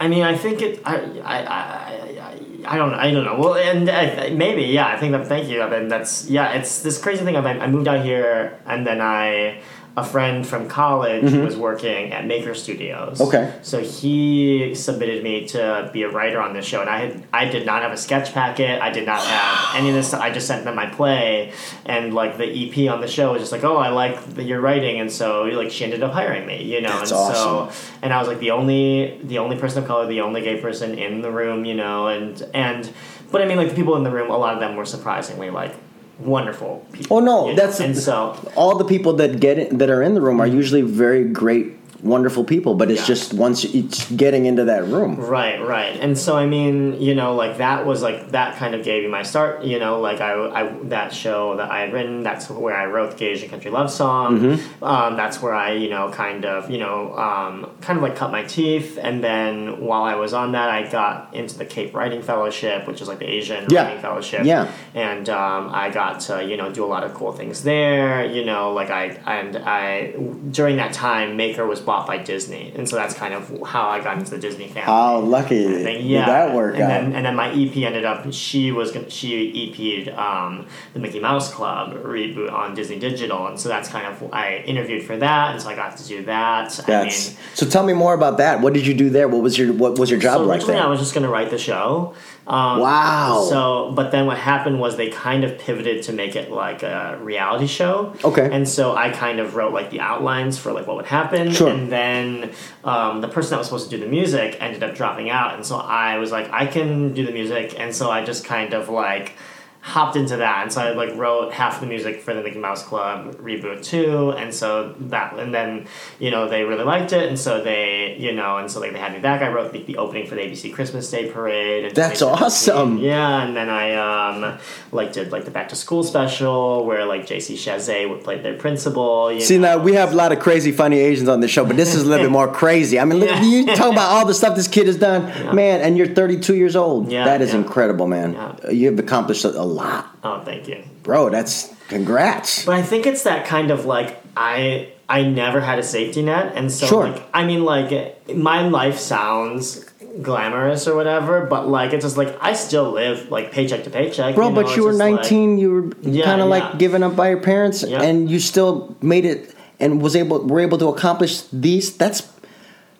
Speaker 2: I mean, I think it. I, I, I, I, I don't. I don't know. Well, and I, maybe, yeah. I think that. Thank you. And that's yeah. It's this crazy thing. of I, I moved out here, and then I, a friend from college was working at Maker Studios.
Speaker 1: Okay.
Speaker 2: So he submitted me to be a writer on this show, and I had I did not have a sketch packet. I did not have any of this. I just sent them my play, and like the EP on the show was just like, oh, I like the, your writing, and so like she ended up hiring me, you know.
Speaker 1: That's
Speaker 2: and
Speaker 1: awesome.
Speaker 2: So and I was like the only the only person of color, the only gay person in the room, you know, and and but I mean like the people in the room, a lot of them were surprisingly like wonderful people.
Speaker 1: Oh, no,
Speaker 2: you know?
Speaker 1: that's-
Speaker 2: and so
Speaker 1: all the people that get in, that are in the room are usually very great, wonderful people. But it's
Speaker 2: Mm. Yeah.
Speaker 1: just once you, it's getting into that room.
Speaker 2: Right, right. And so I mean, you know, like that was like that kind of gave me my start. You know, like I, I that show that I had written. That's where I wrote the Asian Country Love song.
Speaker 1: Mm-hmm.
Speaker 2: Um, that's where I, you know, kind of, you know, um, kind of like cut my teeth. And then while I was on that, I got into the Cape Writing Fellowship, which is like the Asian
Speaker 1: Yeah.
Speaker 2: Writing Fellowship.
Speaker 1: Yeah.
Speaker 2: And um, I got to, you know, do a lot of cool things there. You know, like I and I during that time, Maker was bought by Disney, and so that's kind of how I got into the Disney family
Speaker 1: How lucky
Speaker 2: thing.
Speaker 1: did
Speaker 2: Yeah,
Speaker 1: that work
Speaker 2: and
Speaker 1: out?
Speaker 2: Then, and then my EP ended up. She was gonna, she EP'd um, the Mickey Mouse Club reboot on Disney Digital, and so that's kind of I interviewed for that, and so I got to do that.
Speaker 1: That's
Speaker 2: I mean,
Speaker 1: so. Tell me more about that. What did you do there? What was your what was your job
Speaker 2: so
Speaker 1: like
Speaker 2: originally
Speaker 1: there?
Speaker 2: I was just gonna write the show. Um,
Speaker 1: Wow.
Speaker 2: So, but then what happened was they kind of pivoted to make it like a reality show.
Speaker 1: Okay.
Speaker 2: And so I kind of wrote like the outlines for like what would happen.
Speaker 1: Sure.
Speaker 2: And then um, the person that was supposed to do the music ended up dropping out, and so I was like, I can do the music, and so I just kind of like hopped into that and so i like wrote half the music for the mickey mouse club reboot too and so that and then you know they really liked it and so they you know and so like they had me back i wrote the, the opening for the abc christmas day parade and
Speaker 1: That's
Speaker 2: they did the-
Speaker 1: awesome.
Speaker 2: yeah and then i um like did like the back to school special where like jc chazet would play their principal you
Speaker 1: See
Speaker 2: know.
Speaker 1: now we have a lot of crazy funny Asians on this show, but this is a little bit more crazy. I mean, look,
Speaker 2: Yeah.
Speaker 1: you talk about all the stuff this kid has done, man, and you're 32 years old.
Speaker 2: Yeah,
Speaker 1: that is
Speaker 2: yeah.
Speaker 1: incredible, man.
Speaker 2: Yeah.
Speaker 1: You have accomplished a a lot,
Speaker 2: oh thank you
Speaker 1: bro. That's congrats.
Speaker 2: But I think it's that kind of like I I never had a safety net, and so
Speaker 1: Sure.
Speaker 2: like I mean like my life sounds glamorous or whatever, but like it's just like I still live like paycheck to paycheck,
Speaker 1: Bro,
Speaker 2: know,
Speaker 1: but
Speaker 2: it's
Speaker 1: you were
Speaker 2: just, like-
Speaker 1: 19. you were
Speaker 2: Yeah,
Speaker 1: kind of
Speaker 2: yeah.
Speaker 1: like given up by your parents,
Speaker 2: Yeah.
Speaker 1: and you still made it and was able were able to accomplish these. That's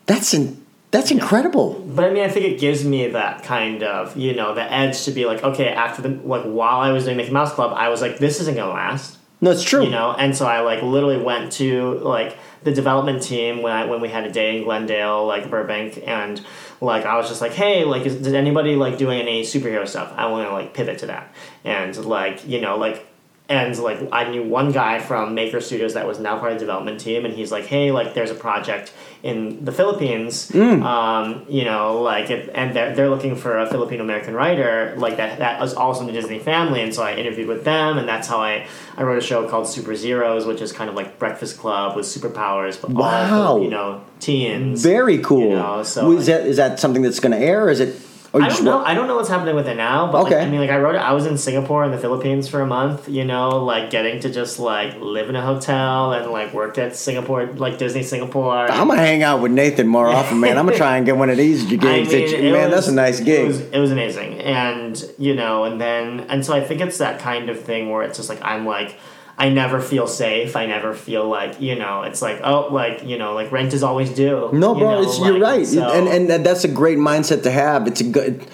Speaker 1: that's in, that's incredible.
Speaker 2: but I mean, I think it gives me that kind of you know the edge to be like, okay, after the like while I was doing Mickey Mouse Club, I was like, this isn't gonna last.
Speaker 1: No, it's true.
Speaker 2: you know and so i like literally went to like the development team when I when we had a day in glendale like burbank and like i was just like hey like is, did anybody like doing any superhero stuff i want to like pivot to that and like you know like and like i knew one guy from maker studios that was now part of the development team and he's like hey like there's a project in the philippines
Speaker 1: Mm.
Speaker 2: um, you know like if, and they're, they're looking for a filipino american writer like that that was also in the disney family and so i interviewed with them and that's how i i wrote a show called super zeros which is kind of like breakfast club with superpowers but
Speaker 1: Wow.
Speaker 2: all you know teens
Speaker 1: Very cool.
Speaker 2: You know, so-
Speaker 1: is that is that something that's going to air? Or is it? Or you
Speaker 2: I don't
Speaker 1: just-
Speaker 2: know. I don't know what's happening with it now, but
Speaker 1: Okay.
Speaker 2: like, I mean, like I wrote it. I was in Singapore and the Philippines for a month. You know, like getting to just like live in a hotel and like work at Singapore, like Disney Singapore.
Speaker 1: I'm gonna hang out with Nathan more often, man. I'm gonna try and get one of these gigs.
Speaker 2: I mean,
Speaker 1: that you- man,
Speaker 2: it was-
Speaker 1: that's a nice
Speaker 2: It
Speaker 1: gig.
Speaker 2: was, it was amazing, and you know, and then and so I think it's that kind of thing where it's just like I'm like. I never feel safe. I never feel like you know. It's like oh, like you know, like rent is always due.
Speaker 1: no, bro,
Speaker 2: you know,
Speaker 1: it's, you're
Speaker 2: like,
Speaker 1: right,
Speaker 2: so-
Speaker 1: and and that- that's a great mindset to have. It's a good.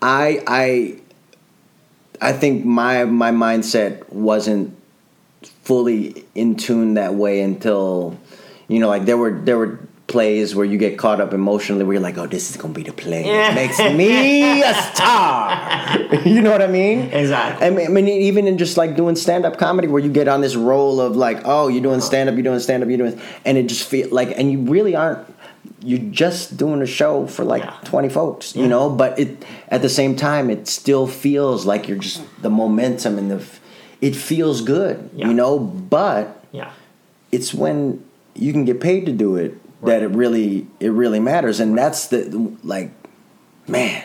Speaker 1: I I I think my my mindset wasn't fully in tune that way until you know, like there were there were plays where you get caught up emotionally where you're like, oh, this is gonna be the play that makes me a star. you know what I mean?
Speaker 2: exactly.
Speaker 1: I mean, I mean, even in just like doing stand up comedy, where you get on this roll of like, oh, you're doing stand up, you're doing stand up, you're doing, and it just feel like, and you really aren't. You're just doing a show for like
Speaker 2: Yeah.
Speaker 1: 20 folks, you know. But it at the same time, it still feels like you're just the momentum and the. f- It feels good,
Speaker 2: Yeah.
Speaker 1: you know. But
Speaker 2: yeah.
Speaker 1: it's when you can get paid to do it that it really it really matters and that's the like man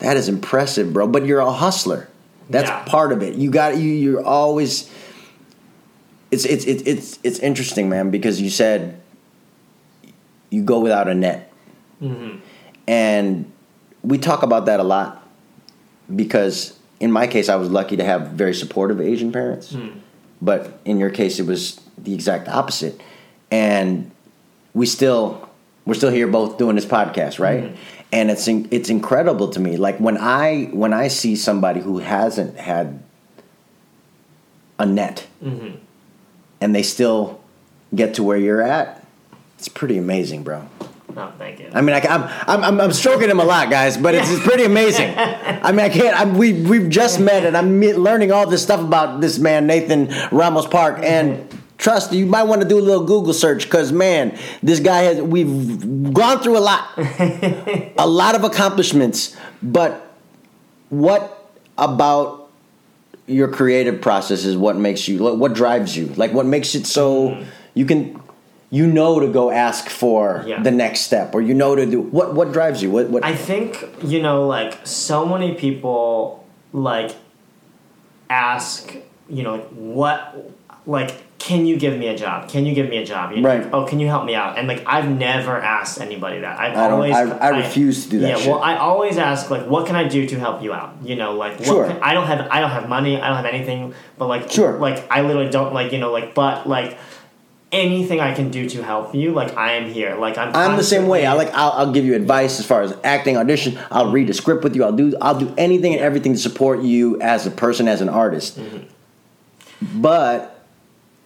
Speaker 1: that is impressive bro but you're a hustler that's
Speaker 2: Yeah.
Speaker 1: part of it you got you you're always it's it's it's it's it's interesting man because you said you go without a net and we talk about that a lot because in my case i was lucky to have very supportive asian parents but in your case it was the exact opposite, and we still we're still here both doing this podcast, right? And it's in, it's incredible to me. Like when I when I see somebody who hasn't had a net, and they still get to where you're at, it's pretty amazing, bro.
Speaker 2: No, thank you.
Speaker 1: I mean, I, am I'm, I'm, I'm stroking him a lot, guys, but it's, it's pretty amazing. I mean, I can't. I'm, we we've just met, and I'm me- learning all this stuff about this man, Nathan Ramos Park, and. Trust you might want to do a little Google search because man, this guy has we've gone through a lot, a lot of accomplishments. But what about your creative process is what makes you what drives you like what makes it so you can you know to go ask for
Speaker 2: Yeah.
Speaker 1: the next step or you know to do what what drives you what what
Speaker 2: I think you know, like so many people, like ask, you know, like, what, like, can you give me a job? Can you give me a job? You know,
Speaker 1: Right.
Speaker 2: like, oh, can you help me out? And like, I've never asked anybody that. I've
Speaker 1: I don't-
Speaker 2: always,
Speaker 1: I- I refuse to do that
Speaker 2: Yeah.
Speaker 1: shit.
Speaker 2: Well, I always ask, like, what can I do to help you out? You know, like, what
Speaker 1: Sure.
Speaker 2: can- I don't have, I don't have money. I don't have anything. But like,
Speaker 1: Sure.
Speaker 2: Like, I literally don't like, you know, like, but like. Anything I can do to help you, like I am here. Like I'm.
Speaker 1: I'm the same way.
Speaker 2: constantly-
Speaker 1: I like. I'll, I'll give you advice as far as acting, audition. I'll read a script with you. I'll do. I'll do anything and everything to support you as a person, as an artist. But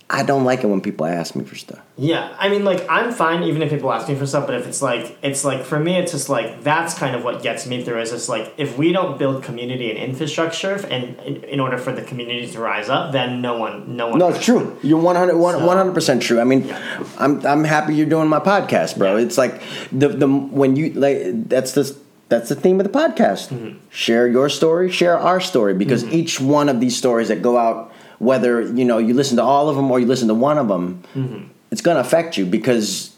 Speaker 1: I don't like it when people ask me for stuff.
Speaker 2: Yeah, I mean, like I'm fine even if people ask me for stuff, but if it's like it's like for me, it's just like that's kind of what gets me through. Is just like if we don't build community and infrastructure, f- and in, in order for the community to rise up, then no one, no one.
Speaker 1: No, it's true. You're 100 percent true. I mean, I'm I'm happy you're doing my podcast, bro.
Speaker 2: Yeah.
Speaker 1: It's like the the when you like that's the that's the theme of the podcast.
Speaker 2: Mm-hmm.
Speaker 1: Share your story, share our story because each one of these stories that go out whether, you know, you listen to all of them or you listen to one of them,
Speaker 2: Mm-hmm.
Speaker 1: it's going to affect you because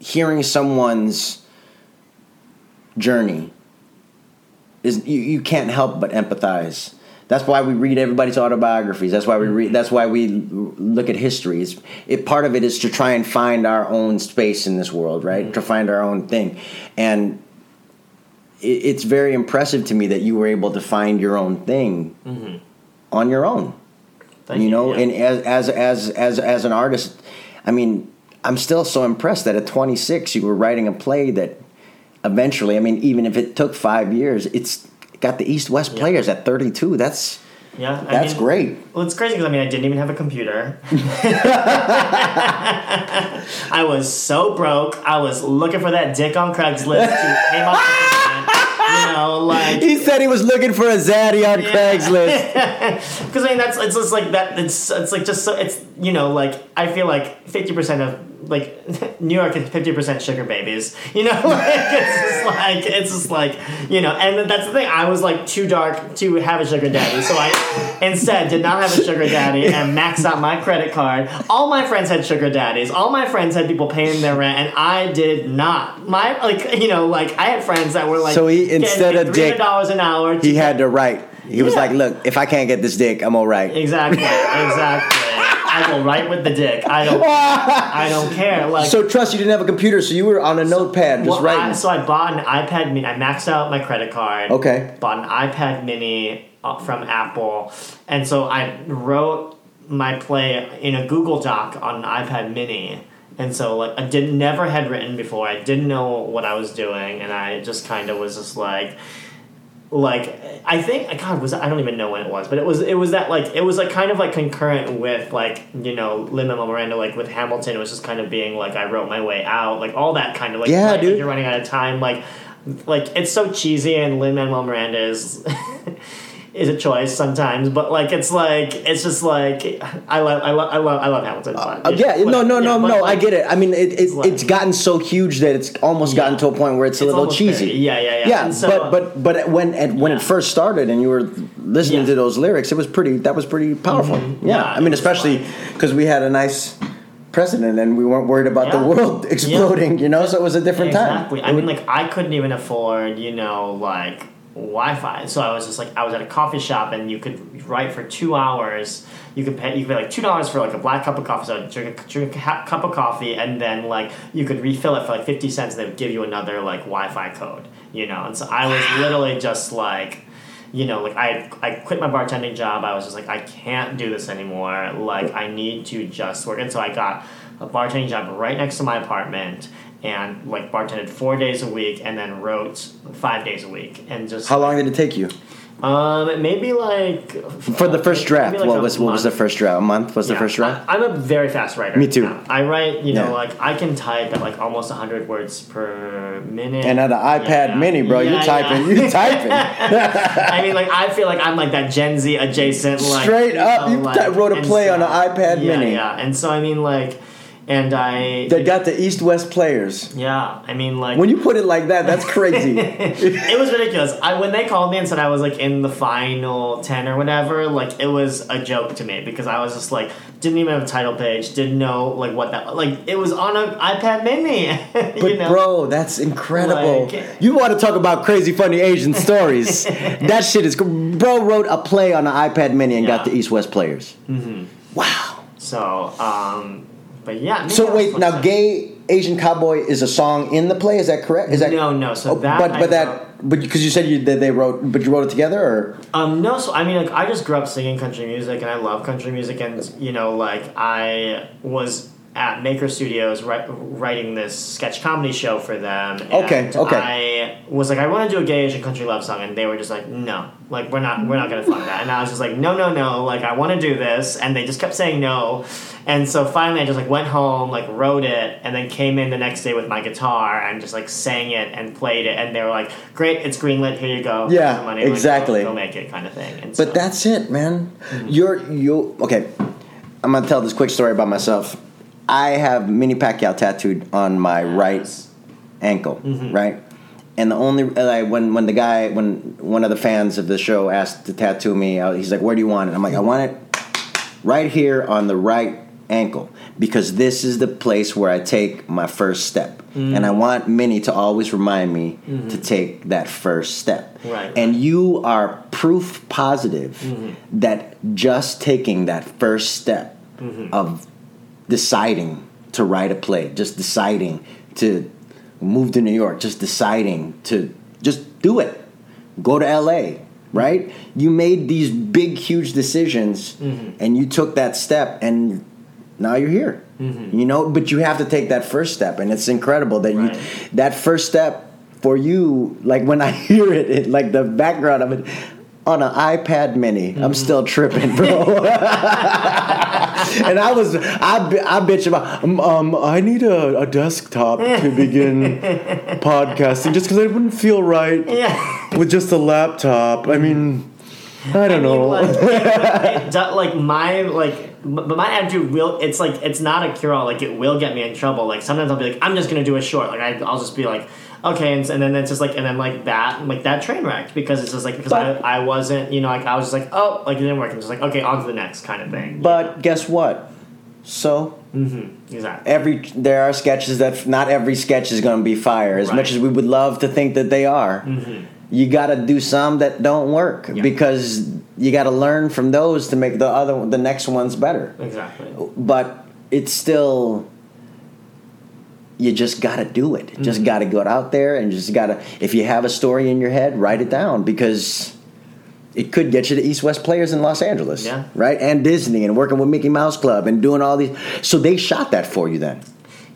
Speaker 1: hearing someone's journey is you, you can't help but empathize. That's why we read everybody's autobiographies. That's why we read. That's why we l- look at histories. It part of it is to try and find our own space in this world, right? To find our own thing, and it, it's very impressive to me that you were able to find your own thing on your own
Speaker 2: Thank
Speaker 1: you know
Speaker 2: yeah.
Speaker 1: and as as as as as an artist i mean i'm still so impressed that at 26 you were writing a play that eventually i mean even if it took 5 years it's got the east west players at 32 that's
Speaker 2: yeah, I
Speaker 1: that's
Speaker 2: mean,
Speaker 1: great
Speaker 2: Well, it's crazy because I mean, I didn't even have a computer. I was so broke. I was looking for that dick on Craigslist to pay my apartment, You know, like
Speaker 1: he said he was looking for a zaddy on craigslist
Speaker 2: Because I mean, that's it's just like that. It's it's like just so it's you know like I feel like fifty percent of like New York is fifty percent sugar babies. You know, like, it's just like it's just like you know, and that's the thing. I was like too dark to have a sugar daddy, so I instead did not have a sugar daddy and maxed out my credit card. All my friends had sugar daddies. All my friends had people paying their rent, and I did not. My like you know like I had friends that were like
Speaker 1: So he-
Speaker 2: getting
Speaker 1: instead of dick,
Speaker 2: $300 an hour to
Speaker 1: he had to write he was
Speaker 2: Yeah.
Speaker 1: like look if i can't get this dick i'm all right
Speaker 2: Exactly. Exactly. I go right with the dick. I don't. I don't care. Like
Speaker 1: so trust you didn't have a computer so you were on a notepad just
Speaker 2: well, I,
Speaker 1: writing
Speaker 2: so I bought an iPad mini. I maxed out my credit card.
Speaker 1: Okay.
Speaker 2: Bought an iPad mini uh, from Apple. And so I wrote my play in a Google Doc on an iPad mini. And so like I did never had written before. I didn't know what I was doing and I just kind of was just like like I think God was I don't even know when it was, but it was it was that like it was like kind of like concurrent with like you know Lin Manuel Miranda like with Hamilton it was just kind of being like I wrote my way out like all that kind of like
Speaker 1: Yeah,
Speaker 2: like,
Speaker 1: dude.
Speaker 2: you're running out of time like like it's so cheesy and Lin Manuel Miranda is is a choice sometimes but like it's like it's just like I love I love I love I love Hamilton. but,
Speaker 1: Uh,
Speaker 2: you know,
Speaker 1: yeah, no,
Speaker 2: whatever.
Speaker 1: no, no,
Speaker 2: Yeah, but,
Speaker 1: no. I
Speaker 2: like,
Speaker 1: get it. I mean, it, it,
Speaker 2: like-
Speaker 1: it's gotten so huge that it's almost gotten to a point where it's a
Speaker 2: it's
Speaker 1: little
Speaker 2: almost
Speaker 1: cheesy.
Speaker 2: parody. Yeah, yeah, yeah.
Speaker 1: Yeah,
Speaker 2: And so-
Speaker 1: but but but when at, when it
Speaker 2: Yeah.
Speaker 1: first started and you were listening
Speaker 2: Yeah. Mm-hmm.
Speaker 1: to those lyrics, it was pretty. That was pretty powerful. Yeah.
Speaker 2: Yeah,
Speaker 1: I
Speaker 2: it
Speaker 1: mean,
Speaker 2: was
Speaker 1: especially because we had a nice president and we weren't worried about the
Speaker 2: Yeah.
Speaker 1: world exploding. You know, so it was a different
Speaker 2: Exactly.
Speaker 1: time.
Speaker 2: I mean, like I couldn't even afford, you know, like Wi-Fi. So I was just like, I was at a coffee shop, and you could write for two hours. You could pay, you could pay like two dollars for like a black cup of coffee. So I'd drink a, drink a ha- cup of coffee, and then like you could refill it for like fifty cents, and they would give you another like Wi-Fi code. You know, and so I was literally just like. you know, like I I quit my bartending job. I was just like, I can't do this anymore. Like I need to just work. And so I got a bartending job right next to my apartment and like bartended four days a week and then wrote five days a week and just
Speaker 1: How long did it take you?
Speaker 2: um maybe like
Speaker 1: For the first draft, what was what was the first draft? A month was the
Speaker 2: yeah,
Speaker 1: first draft?
Speaker 2: I, am a very fast writer.
Speaker 1: Me too.
Speaker 2: now. I write, you know,
Speaker 1: Yeah.
Speaker 2: like I can type at like almost 100 words per minute.
Speaker 1: And at an iPad
Speaker 2: Yeah.
Speaker 1: mini, bro,
Speaker 2: Yeah,
Speaker 1: you typing,
Speaker 2: yeah.
Speaker 1: you typing.
Speaker 2: I mean, like I feel like I'm like that Gen Z adjacent. Like,
Speaker 1: Straight up, you
Speaker 2: like-
Speaker 1: t- wrote a
Speaker 2: and
Speaker 1: play on
Speaker 2: so-
Speaker 1: an iPad
Speaker 2: yeah,
Speaker 1: Mini.
Speaker 2: Yeah, and so I mean, like, and I.
Speaker 1: They got the East West players.
Speaker 2: yeah, I mean, like.
Speaker 1: When you put it like that, that's crazy.
Speaker 2: it was ridiculous. I when they called me and said I was like in the final ten or whatever, like it was a joke to me because I was just like didn't even have a title page, didn't know like what that like it was on an iPad mini.
Speaker 1: But
Speaker 2: you know?
Speaker 1: bro, that's incredible.
Speaker 2: Like- eh.
Speaker 1: you want to talk about crazy, funny Asian stories? that shit is. Bro wrote a play on an iPad Mini and got
Speaker 2: Yeah. Mm-hmm.
Speaker 1: the East West players. Wow.
Speaker 2: So, um, but yeah. maybe
Speaker 1: So
Speaker 2: that
Speaker 1: wait,
Speaker 2: was
Speaker 1: now
Speaker 2: fun.
Speaker 1: "Gay Asian Cowboy" is a song in the play. Is that correct? Is that
Speaker 2: No, no. So
Speaker 1: Oh,
Speaker 2: that.
Speaker 1: but
Speaker 2: I
Speaker 1: but
Speaker 2: wrote-
Speaker 1: that but because you said you that they wrote, but you wrote it together, or
Speaker 2: Um, no, so I mean, like, I just grew up singing country music, and I love country music, and you know, like, I was at Maker Studios wri- writing this sketch comedy show for them. and
Speaker 1: Okay, okay.
Speaker 2: I was like, I want to do a gay Asian country love song, and they were just like, no, like, we're not, we're not gonna fund that. And I was just like, no, no, no, like, I want to do this, and they just kept saying no, and so finally, I just like went home, like, wrote it, and then came in the next day with my guitar and just like sang it and played it, and they were like, great, it's greenlit, here you go.
Speaker 1: Yeah,
Speaker 2: Here's the money, like, go-
Speaker 1: exactly.
Speaker 2: go make it kind of thing. And so-
Speaker 1: But that's it, man. You're you okay. I'm gonna tell this quick story about myself. I have Mini Pacquiao tattooed on my right ankle, right? And the only like, when when the guy when one of the fans of the show asked to tattoo me, I, he's like, "Where do you want it?" I'm like, "I want it right here on the right ankle because this is the place where I take my first step, and I
Speaker 2: Mm.
Speaker 1: want Mini to always remind me to take that first step."
Speaker 2: Mm-hmm. Right. Mm-hmm.
Speaker 1: And you are proof positive that just taking that first step
Speaker 2: Mm-hmm.
Speaker 1: of deciding to write a play, just deciding to move to New York, just deciding to just do it, go to LA, right? You made these big, huge decisions and you took that step and now you're here. You know, but you have to take that first step and it's incredible that
Speaker 2: Right.
Speaker 1: you that first step for you like when I hear it, it like the background of it on an iPad mini. I'm still tripping, bro. and I was I bi- I bitch about um, um I need a, a desktop to begin podcasting just because I wouldn't feel right
Speaker 2: yeah,
Speaker 1: with just a laptop. I mean, I don't know.
Speaker 2: like, it do- like my like, m- but my attitude will. It's like it's not a cure all. Like it will get me in trouble. Like sometimes I'll be like, I'm just gonna do a short. Like I, I'll just be like, okay, and, and then it's just like, and then like that, like that train wrecked because it's just like because I,
Speaker 1: But-
Speaker 2: I wasn't, you know, like I was just like, oh, like it didn't work. I'm just like, okay, on to the next kind of thing.
Speaker 1: but guess what? So
Speaker 2: exactly.
Speaker 1: every there are sketches that not every sketch is going to be fire as
Speaker 2: Right.
Speaker 1: much as we would love to think that they are you got to do some that don't work because you got to learn from those to make the other the next ones better
Speaker 2: Exactly.
Speaker 1: but it's still you just got to do it just
Speaker 2: Mm-hmm.
Speaker 1: got to go out there and just got to if you have a story in your head write it down because it could get you to East West Players in Los Angeles,
Speaker 2: Yeah.
Speaker 1: right? And Disney, and working with Mickey Mouse Club, and doing all these. So they shot that for you then.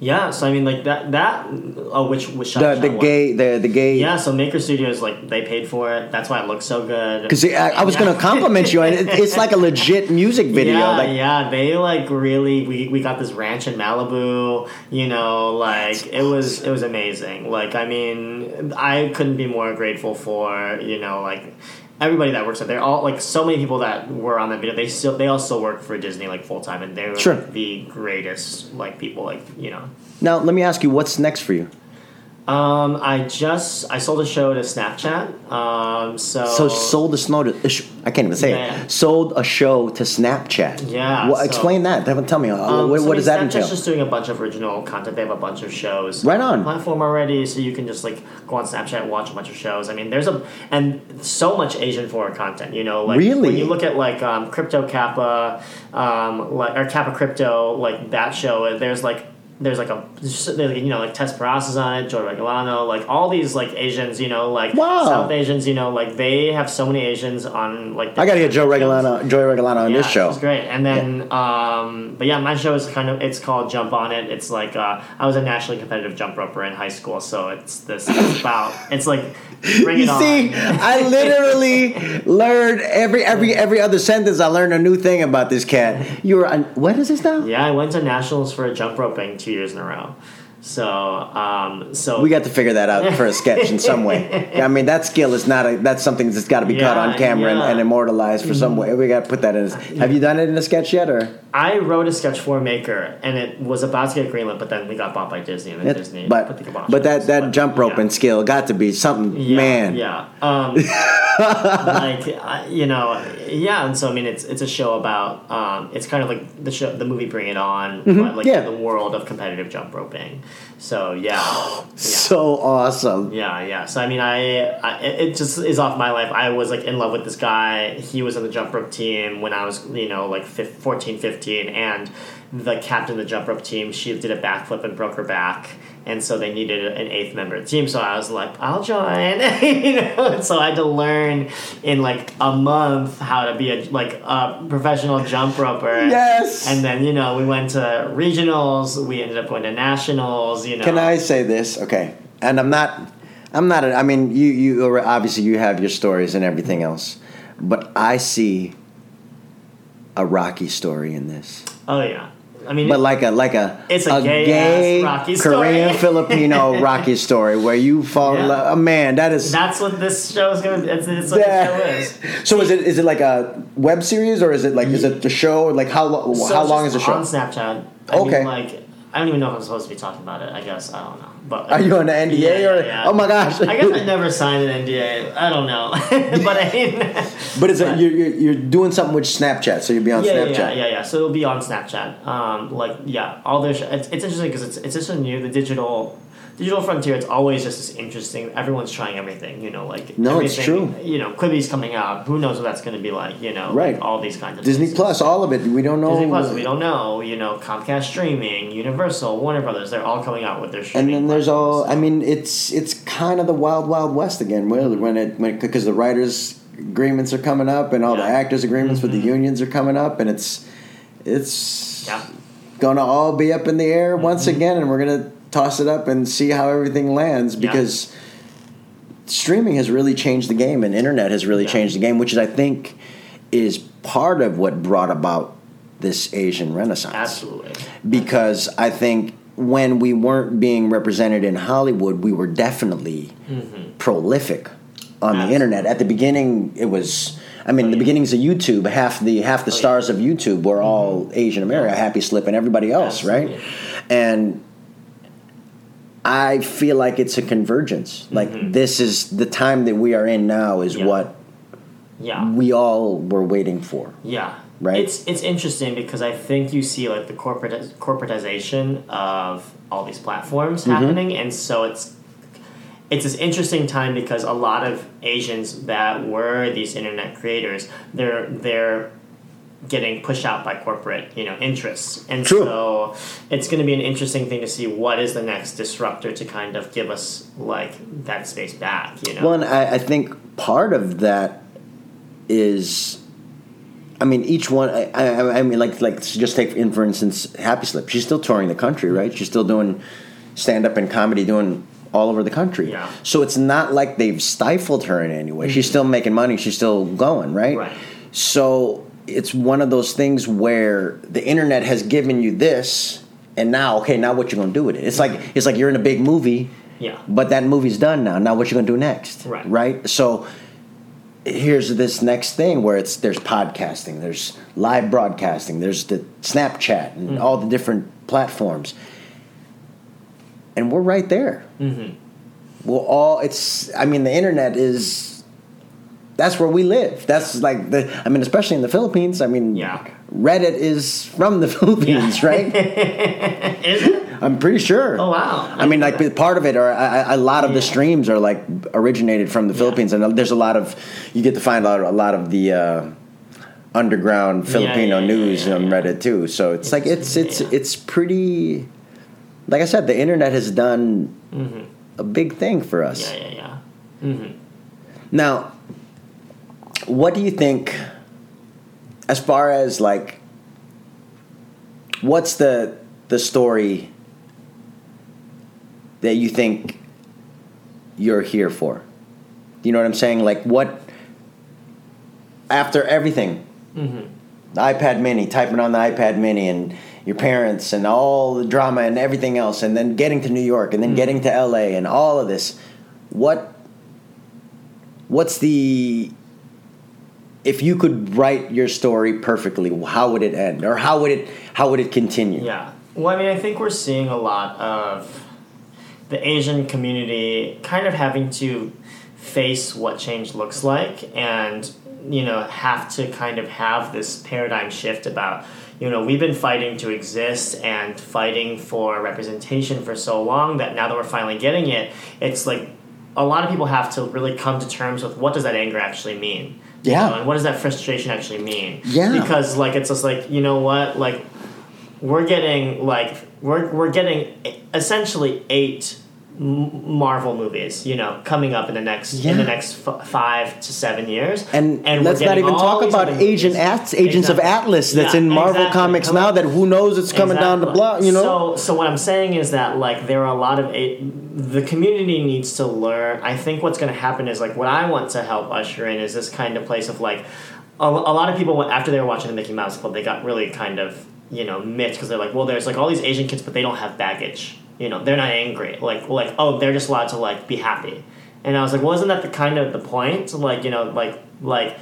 Speaker 2: Yeah. So I mean, like that. That. Oh, which which shot?
Speaker 1: the
Speaker 2: shot
Speaker 1: the
Speaker 2: what?
Speaker 1: gay the the gay
Speaker 2: Yeah, so Maker Studios like they paid for it. That's why it looks so good.
Speaker 1: because I, I was
Speaker 2: Yeah.
Speaker 1: gonna compliment you and it, it's like a legit music video
Speaker 2: yeah,
Speaker 1: like
Speaker 2: yeah, they like really. We, we got this ranch in Malibu. You know, like it was it was amazing. Like I mean, I couldn't be more grateful for you know like everybody that works out there. All like so many people that were on that video. They still they also work for Disney like full time, and they were
Speaker 1: Sure.
Speaker 2: like, the greatest like people. Like you know,
Speaker 1: now let me ask you what's next for you
Speaker 2: um, I just I sold a show to Snapchat. Um,
Speaker 1: so sold a snow to, ish- I can't even say
Speaker 2: Yeah.
Speaker 1: it sold a show to Snapchat
Speaker 2: Yeah,
Speaker 1: well,
Speaker 2: so-
Speaker 1: explain that Tell- tell me uh,
Speaker 2: Um,
Speaker 1: what,
Speaker 2: so
Speaker 1: what
Speaker 2: I
Speaker 1: does
Speaker 2: mean,
Speaker 1: that
Speaker 2: Snapchat's
Speaker 1: entail
Speaker 2: just doing a bunch of original content. They have a bunch of shows.
Speaker 1: Right
Speaker 2: the
Speaker 1: on.
Speaker 2: platform already, so you can just like go on Snapchat, watch a bunch of shows. I mean, there's a and so much Asian foreign content. You know, like
Speaker 1: Really?
Speaker 2: when you look at like um, Crypto Kappa, um, like or Kappa Crypto, like that show. There's like there's like a there's like, you know like Tess Parasa's on it, Joy Regalano, like all these like Asians, you know, like
Speaker 1: Wow.
Speaker 2: South Asians, you know, like they have so many Asians on like.
Speaker 1: I got to get Joe Regalano, Joy Regalano on
Speaker 2: Yeah,
Speaker 1: this show.
Speaker 2: It's great. And then, um, but yeah, my show is kind of it's called Jump on It. It's like uh, I was a nationally competitive jump roper in high school, so it's this it's about it's like bring
Speaker 1: You
Speaker 2: it on.
Speaker 1: see, I literally learned every every every other sentence. I learned a new thing about this cat. You're on, what is this now?
Speaker 2: Yeah, I went to nationals for jump roping two years in a row. So, um, so
Speaker 1: We got to figure that out for a sketch in some way. I mean, that skill is not a that's something that's got to be caught
Speaker 2: Yeah,
Speaker 1: on camera and,
Speaker 2: yeah. Mm-hmm.
Speaker 1: and immortalized for some way. We got to put that in. Have you done it in a sketch yet, or
Speaker 2: I wrote a sketch for Maker, and it was about to get greenlit, but then we got bought by Disney, and then Disney put the
Speaker 1: but
Speaker 2: kibosh on
Speaker 1: but
Speaker 2: us,
Speaker 1: that that
Speaker 2: but,
Speaker 1: jump roping
Speaker 2: yeah.
Speaker 1: skill got to be something,
Speaker 2: Yeah,
Speaker 1: man.
Speaker 2: yeah, um, like I- you know, yeah, and so I mean, it's it's a show about um, it's kind of like the show, the movie Bring It On, but like
Speaker 1: Mm-hmm. yeah.
Speaker 2: in the world of competitive jump roping. So yeah, yeah.
Speaker 1: So awesome.
Speaker 2: Yeah, yeah. So I mean, I, I it it just is off my life. I was like in love with this guy. He was on the jump rope team when I was, you know, like fif- 14, 15 and the captain of the jump rope team, she did a backflip and broke her back. And so they needed an eighth member of the team, so I was like, "I'll join," you know. And so I had to learn in like a month how to be a like a professional jump roper.
Speaker 1: Yes.
Speaker 2: And then you know we went to regionals. We ended up going to nationals. You know.
Speaker 1: Can I say this? Okay, and I'm not, I'm not. A, I mean, you, you are- obviously you have your stories and everything else, but I see a Rocky story in this,
Speaker 2: Oh yeah. I mean,
Speaker 1: but like a like a
Speaker 2: It's a gay-ass Rocky story.
Speaker 1: Korean Filipino Rocky story where you fall. in
Speaker 2: Yeah.
Speaker 1: love. Oh, man, that is.
Speaker 2: That's what this show is gonna. That's, that's what
Speaker 1: that-
Speaker 2: this show is.
Speaker 1: so is it is it like a web series or is it like is it the show or like how lo-
Speaker 2: So
Speaker 1: how
Speaker 2: it's
Speaker 1: long is
Speaker 2: just
Speaker 1: the show?
Speaker 2: on Snapchat? I mean,
Speaker 1: Okay.
Speaker 2: like I don't even know if I'm supposed to be talking about it. I guess I don't know. But
Speaker 1: Are you on the NDA
Speaker 2: Yeah,
Speaker 1: or
Speaker 2: yeah.
Speaker 1: oh my gosh?
Speaker 2: I guess I never signed an NDA. I don't know, but I mean,
Speaker 1: but it's a, you're, you're you're doing something with Snapchat, so you'll be on
Speaker 2: yeah,
Speaker 1: Snapchat.
Speaker 2: yeah, yeah, yeah. So it'll be on Snapchat. Um, like yeah, all their sh- it's, it's interesting because it's it's just so new. The digital digital frontier. It's always just as interesting. Everyone's trying everything. You know, like
Speaker 1: No, it's
Speaker 2: everything-
Speaker 1: true.
Speaker 2: You know, Quibi's coming out. Who knows what that's going to be like? You know, like,
Speaker 1: Right.
Speaker 2: all these kinds of
Speaker 1: Disney
Speaker 2: things.
Speaker 1: Plus, all of it. We don't know.
Speaker 2: Disney Plus, we don't know. You know, Comcast streaming, Universal, Warner Brothers, they're all coming out with their
Speaker 1: and
Speaker 2: streaming.
Speaker 1: then there's all.
Speaker 2: platforms.
Speaker 1: I mean, it's it's kind of the wild wild west again. Really, when it when because the writers' agreements are coming up and all the
Speaker 2: Yeah. Mm-hmm.
Speaker 1: actors' agreements with the unions are coming up, and it's it's
Speaker 2: Yeah.
Speaker 1: gonna all be up in the air
Speaker 2: Mm-hmm.
Speaker 1: once again, and we're gonna toss it up and see how everything lands
Speaker 2: Yeah.
Speaker 1: because streaming has really changed the game, and internet has really
Speaker 2: Yeah.
Speaker 1: changed the game, which is I think is part of what brought about this Asian Renaissance.
Speaker 2: absolutely.
Speaker 1: because I think when we weren't being represented in Hollywood, we were definitely prolific on the
Speaker 2: Mm-hmm. Absolutely. Oh,
Speaker 1: internet. At the beginning, it was. I mean, the beginnings of YouTube, half the half the stars of YouTube were all Asian America, Happy Slip, and everybody else, right?
Speaker 2: Mm-hmm. Absolutely.
Speaker 1: And I feel like it's a convergence. Like this is the time that we are in now is
Speaker 2: Mm-hmm. Yeah.
Speaker 1: what
Speaker 2: Yeah.
Speaker 1: we all were waiting for.
Speaker 2: Yeah.
Speaker 1: Right.
Speaker 2: It's it's interesting because I think you see like the corporate corporatization of all these platforms
Speaker 1: Mm-hmm.
Speaker 2: happening, and so it's it's this interesting time because a lot of Asians that were these internet creators, they're they're getting pushed out by corporate, you know, interests. And
Speaker 1: True.
Speaker 2: so it's going to be an interesting thing to see what is the next disruptor to kind of give us like that space back, you know.
Speaker 1: Well, and I, I think part of that is, I mean, each one. I, I, I mean, like, like just take in for instance, Happy Slip. She's still touring the country, right? She's still doing stand up and comedy, doing all over the country.
Speaker 2: Yeah. Mm-hmm.
Speaker 1: So it's not like they've stifled her in any way. She's still making money. She's still going, right?
Speaker 2: Right.
Speaker 1: So it's one of those things where the internet has given you this, and now, okay, now what you gonna do with it? It's like it's like you're in a big movie
Speaker 2: yeah.
Speaker 1: but that movie's done now. Now what you gonna do next?
Speaker 2: Right.
Speaker 1: Right. So here's this next thing where it's there's podcasting, there's live broadcasting, there's the Snapchat and
Speaker 2: Mm-hmm.
Speaker 1: all the different platforms, and we're right there. Mm-hmm. We're all. It's. I mean, the internet is. That's where we live. That's like the. I mean, especially in the Philippines. I mean,
Speaker 2: Yeah.
Speaker 1: Reddit is from the Philippines, right?
Speaker 2: Is it?
Speaker 1: I'm pretty sure.
Speaker 2: Oh wow.
Speaker 1: I mean, like part of it, or a, a- a lot of the streams are like originated from the Philippines, and there's a lot of you get to find out a lot of the uh, underground Filipino
Speaker 2: yeah, yeah,
Speaker 1: news
Speaker 2: yeah,
Speaker 1: on
Speaker 2: yeah.
Speaker 1: Reddit too. So it's like it's it's
Speaker 2: yeah.
Speaker 1: it's pretty like I said, the internet has done a big thing for us.
Speaker 2: Mm-hmm. Yeah, yeah, yeah.
Speaker 1: Now, what do you think as far as like what's the the story that you think you're here for? You know what I'm saying? Like what after everything. The iPad mini, typing on the iPad mini and your parents and all the drama and everything else and then getting to New York and then getting to LA and all of this. What what's the if you could write your story perfectly how would it end or how would it how would it continue
Speaker 2: Yeah. Well, I mean, I think we're seeing a lot of the Asian community kind of having to face what change looks like and, you know, have to kind of have this paradigm shift about, you know, we've been fighting to exist and fighting for representation for so long that now that we're finally getting it, it's like a lot of people have to really come to terms with what does that anger actually mean? You
Speaker 1: Yeah.
Speaker 2: know, and what does that frustration actually mean?
Speaker 1: Yeah.
Speaker 2: Because, like, it's just like, you know what? Like, we're getting like we're we're getting essentially eight M- Marvel movies, you know, coming up in the next in
Speaker 1: Yeah.
Speaker 2: the next f- five to seven years,
Speaker 1: and,
Speaker 2: we're
Speaker 1: let's not
Speaker 2: getting
Speaker 1: even
Speaker 2: all
Speaker 1: talk
Speaker 2: these
Speaker 1: about
Speaker 2: other
Speaker 1: agent At-
Speaker 2: movies.
Speaker 1: agents of
Speaker 2: Exactly.
Speaker 1: atlas that's
Speaker 2: Yeah,
Speaker 1: in marvel
Speaker 2: exactly.
Speaker 1: comics
Speaker 2: Come
Speaker 1: now
Speaker 2: on.
Speaker 1: that who knows it's coming down the
Speaker 2: Exactly.
Speaker 1: block you know
Speaker 2: So, so what I'm saying is that like there are a lot of a- the community needs to learn. I think what's going to happen is like what I want to help usher in is this kind of place of like a, a lot of people went- after they were watching the Mickey Mouse Club, they got really kind of you know miffed because they're like, well, there's like all these Asian kids, but they don't have baggage. You know, they're not angry. Like like oh, they're just allowed to like be happy. And I was like, wasn't that the kind of the point? Like you know like like.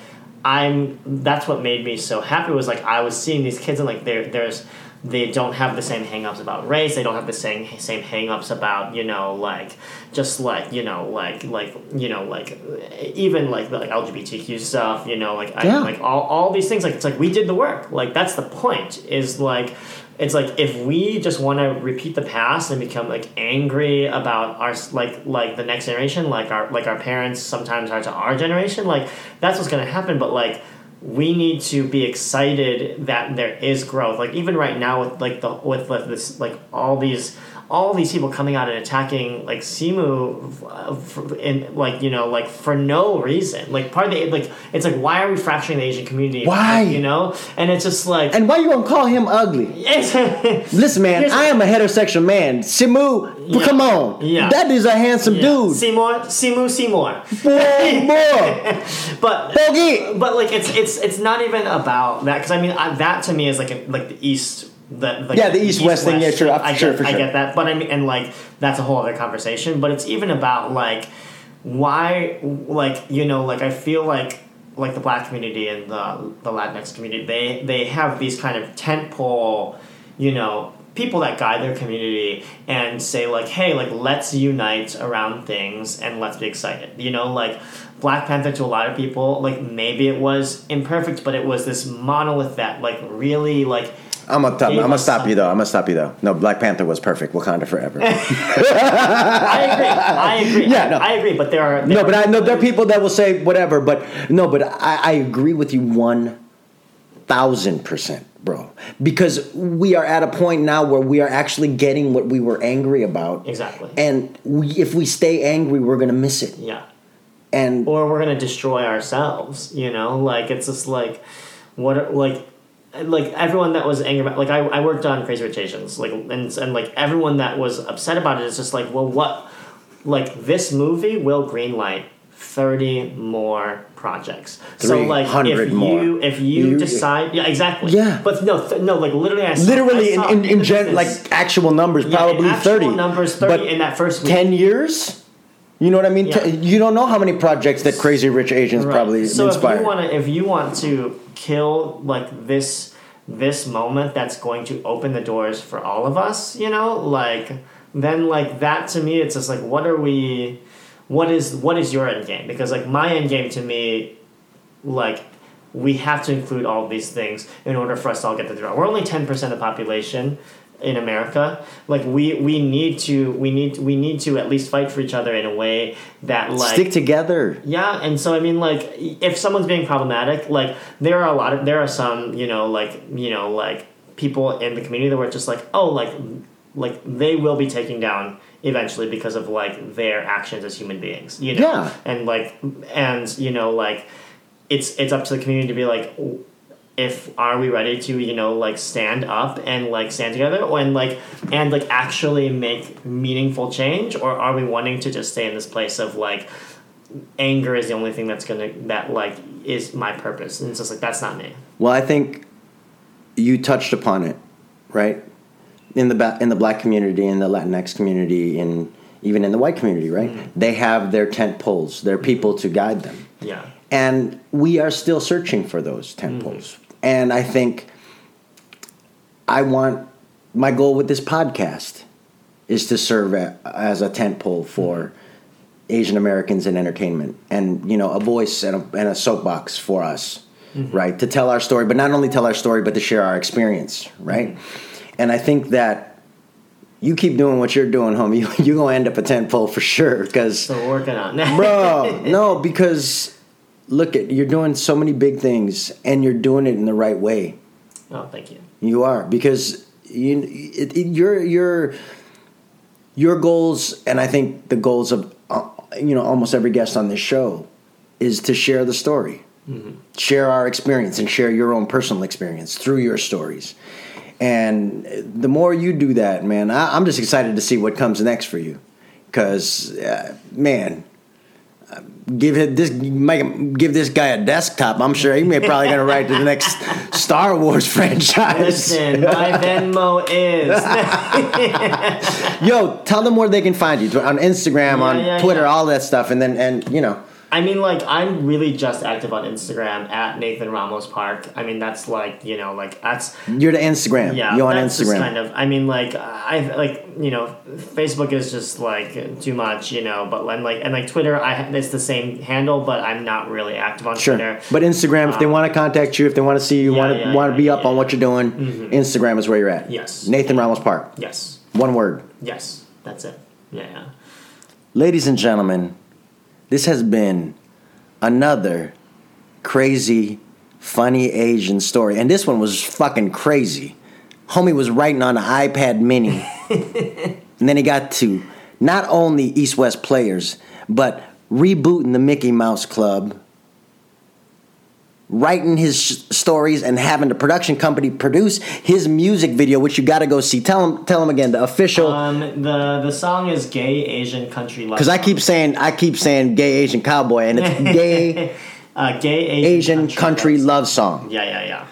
Speaker 2: I'm. That's what made me so happy was like I was seeing these kids and like there, there's they don't have the same hangups about race. They don't have the same same hangups about you know like just like you know like like you know like even like the like LGBTQ stuff. You know like
Speaker 1: Yeah.
Speaker 2: I, like all all these things. Like it's like we did the work. Like that's the point. Is like. It's like if we just want to repeat the past and become like angry about our s- like like the next generation, like our like our parents sometimes are to our generation, like that's what's gonna happen. But like we need to be excited that there is growth. Like even right now with like the with, with this like all these all these people coming out and attacking like Simu, uh, f- in like you know like for no reason. Like part of the like it's like why are we fracturing the Asian community?
Speaker 1: Why?
Speaker 2: you know? And it's just like
Speaker 1: and why you gonna call him ugly listen man
Speaker 2: Here's-
Speaker 1: i am a heterosexual man simu
Speaker 2: Yeah.
Speaker 1: come on
Speaker 2: Yeah.
Speaker 1: that is a handsome dude
Speaker 2: Seymour, Simu, Seymour.
Speaker 1: boy boy
Speaker 2: But
Speaker 1: Bogey.
Speaker 2: but like it's it's it's not even about that because I mean I, that to me is like a, like the East the like,
Speaker 1: Yeah, the East-West thing, yeah, sure,
Speaker 2: I
Speaker 1: sure,
Speaker 2: get,
Speaker 1: for
Speaker 2: I
Speaker 1: sure.
Speaker 2: get that, but I mean and like that's a whole other conversation. But it's even about like why like you know like I feel like like the black community and the the Latinx community they they have these kind of tentpole you know people that guide their community and say like hey like let's unite around things and let's be excited you know like black panther to a lot of people like maybe it was imperfect but it was this monolith that like really like
Speaker 1: I'm gonna stop. I'm
Speaker 2: Gave
Speaker 1: gonna
Speaker 2: us
Speaker 1: stop you though. I'm gonna stop you though. No, Black Panther was perfect. Wakanda forever.
Speaker 2: i agree i agree
Speaker 1: Yeah, no.
Speaker 2: i agree but there are there
Speaker 1: no, but
Speaker 2: are-
Speaker 1: I know there are people that will say whatever. But no, but I, I agree with you one thousand percent, bro. Because we are at a point now where we are actually getting what we were angry about.
Speaker 2: Exactly.
Speaker 1: And we, if we stay angry, we're gonna miss it.
Speaker 2: yeah
Speaker 1: And
Speaker 2: or we're gonna destroy ourselves. You know, like it's just like what are- like like everyone that was angry about like I, I worked on Crazy Rich Asians like and and like everyone that was upset about it is just like well what like this movie will greenlight thirty more projects. So like if
Speaker 1: 300 more.
Speaker 2: you if you,
Speaker 1: You-
Speaker 2: decide yeah exactly
Speaker 1: Yeah.
Speaker 2: but no th- no like literally I saw,
Speaker 1: literally,
Speaker 2: I
Speaker 1: in
Speaker 2: saw
Speaker 1: in, in gen,
Speaker 2: business-
Speaker 1: like actual numbers,
Speaker 2: yeah, in
Speaker 1: probably
Speaker 2: actual
Speaker 1: thirty
Speaker 2: numbers thirty in that first week.
Speaker 1: ten years. You know what I mean?
Speaker 2: Yeah.
Speaker 1: Te- you don't know how many projects that Crazy Rich Asians
Speaker 2: Right.
Speaker 1: probably
Speaker 2: so
Speaker 1: inspired.
Speaker 2: if you want to if you want to kill like this this moment that's going to open the doors for all of us you know like then like that to me it's just like what are we what is what is your end game because like my end game to me like we have to include all these things in order for us to all get the draw. We're only ten percent of the population in America. Like we we need to we need we need to at least fight for each other in a way that like
Speaker 1: Stick together.
Speaker 2: yeah, and so I mean, like, if someone's being problematic, like, there are a lot of there are some, you know, like, you know, like people in the community that were just like, oh, like, like they will be taken down eventually because of like their actions as human beings. You know,
Speaker 1: Yeah.
Speaker 2: and like and you know like it's it's up to the community to be like if are we ready to you know like stand up and like stand together or- and like and like actually make meaningful change or are we wanting to just stay in this place of like anger is the only thing that's gonna that like is my purpose and it's just like that's not me
Speaker 1: Well, I think you touched upon it, right? In the ba- in the black community, in the Latinx community, in even in the white community, right?
Speaker 2: Mm.
Speaker 1: They have their tent poles, their people to guide them,
Speaker 2: yeah
Speaker 1: and we are still searching for those tent poles. And I think I want my goal with this podcast is to serve a, as a tent pole for. Asian Americans in entertainment, and you know, a voice and a, and a soapbox for us, right? To tell our story, but not only tell our story, but to share our experience, right? And I think that you keep doing what you're doing, homie, you you gonna end up a tent pole for sure, because
Speaker 2: so we're working on that
Speaker 1: bro, no, because look at you're doing so many big things, and you're doing it in the right way.
Speaker 2: oh thank you
Speaker 1: You are because you it, it, your your your goals, and I think the goals of uh, you know almost every guest on this show is to share the story,
Speaker 2: Mm-hmm.
Speaker 1: share our experience, and share your own personal experience through your stories. And the more you do that, man, I, I'm just excited to see what comes next for you, because uh, man. uh, Give it this, make him, give this guy a desktop. I'm sure he may probably gonna write the next Star Wars franchise.
Speaker 2: listen my venmo is
Speaker 1: Yo, tell them where they can find you on Instagram, on
Speaker 2: yeah,
Speaker 1: Twitter,
Speaker 2: yeah.
Speaker 1: all that stuff, and then and you know,
Speaker 2: I mean, like, I'm really just active on Instagram at Nathan Ramos Park. I mean, that's like, you know, like, that's,
Speaker 1: you're the Instagram.
Speaker 2: yeah,
Speaker 1: you're on
Speaker 2: that's
Speaker 1: Instagram.
Speaker 2: Just kind of, I mean, like, I, like, you know, Facebook is just, like, too much, you know, but then, like, and, like, Twitter, I it's the same handle, but I'm not really active on
Speaker 1: sure,
Speaker 2: Twitter.
Speaker 1: but Instagram, if they want to contact you, if they want to see you,
Speaker 2: Um, Yeah,
Speaker 1: want to
Speaker 2: yeah,
Speaker 1: want to
Speaker 2: yeah,
Speaker 1: be
Speaker 2: yeah, Mm-hmm.
Speaker 1: up on what you're doing, Instagram is where you're at.
Speaker 2: Yes.
Speaker 1: Nathan Ramos Park.
Speaker 2: Yes.
Speaker 1: One word,
Speaker 2: Yes. That's it. Yeah. yeah.
Speaker 1: ladies and gentlemen. This has been another crazy, funny Asian story, and this one was fucking crazy. Homie was writing on an iPad Mini. And then he got to not only East West players, but rebooting the Mickey Mouse Club, writing his sh- stories, and having the production company produce his music video, which you got to go see. Tell him, tell him again the official.
Speaker 2: Um, the, the song is Gay Asian Country Life.
Speaker 1: Because I keep saying, I keep saying, gay Asian cowboy, and it's gay
Speaker 2: uh, Gay Asian,
Speaker 1: Asian country
Speaker 2: Love.
Speaker 1: love song.
Speaker 2: Yeah, yeah, yeah.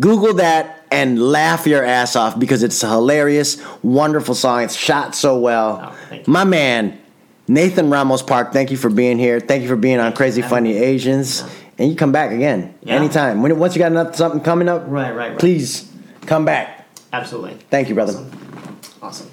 Speaker 1: Google that and laugh your ass off because it's a hilarious, wonderful song. It's shot so well.
Speaker 2: Oh, thank you.
Speaker 1: My man, Nathan Ramos Park, thank you for being here. Thank you for being on Crazy
Speaker 2: for
Speaker 1: Funny Asians. And you come back again
Speaker 2: Yeah.
Speaker 1: anytime. When, once you got another, something coming up,
Speaker 2: Right, right, right.
Speaker 1: please come back.
Speaker 2: Absolutely.
Speaker 1: Thank you, brother.
Speaker 2: Awesome.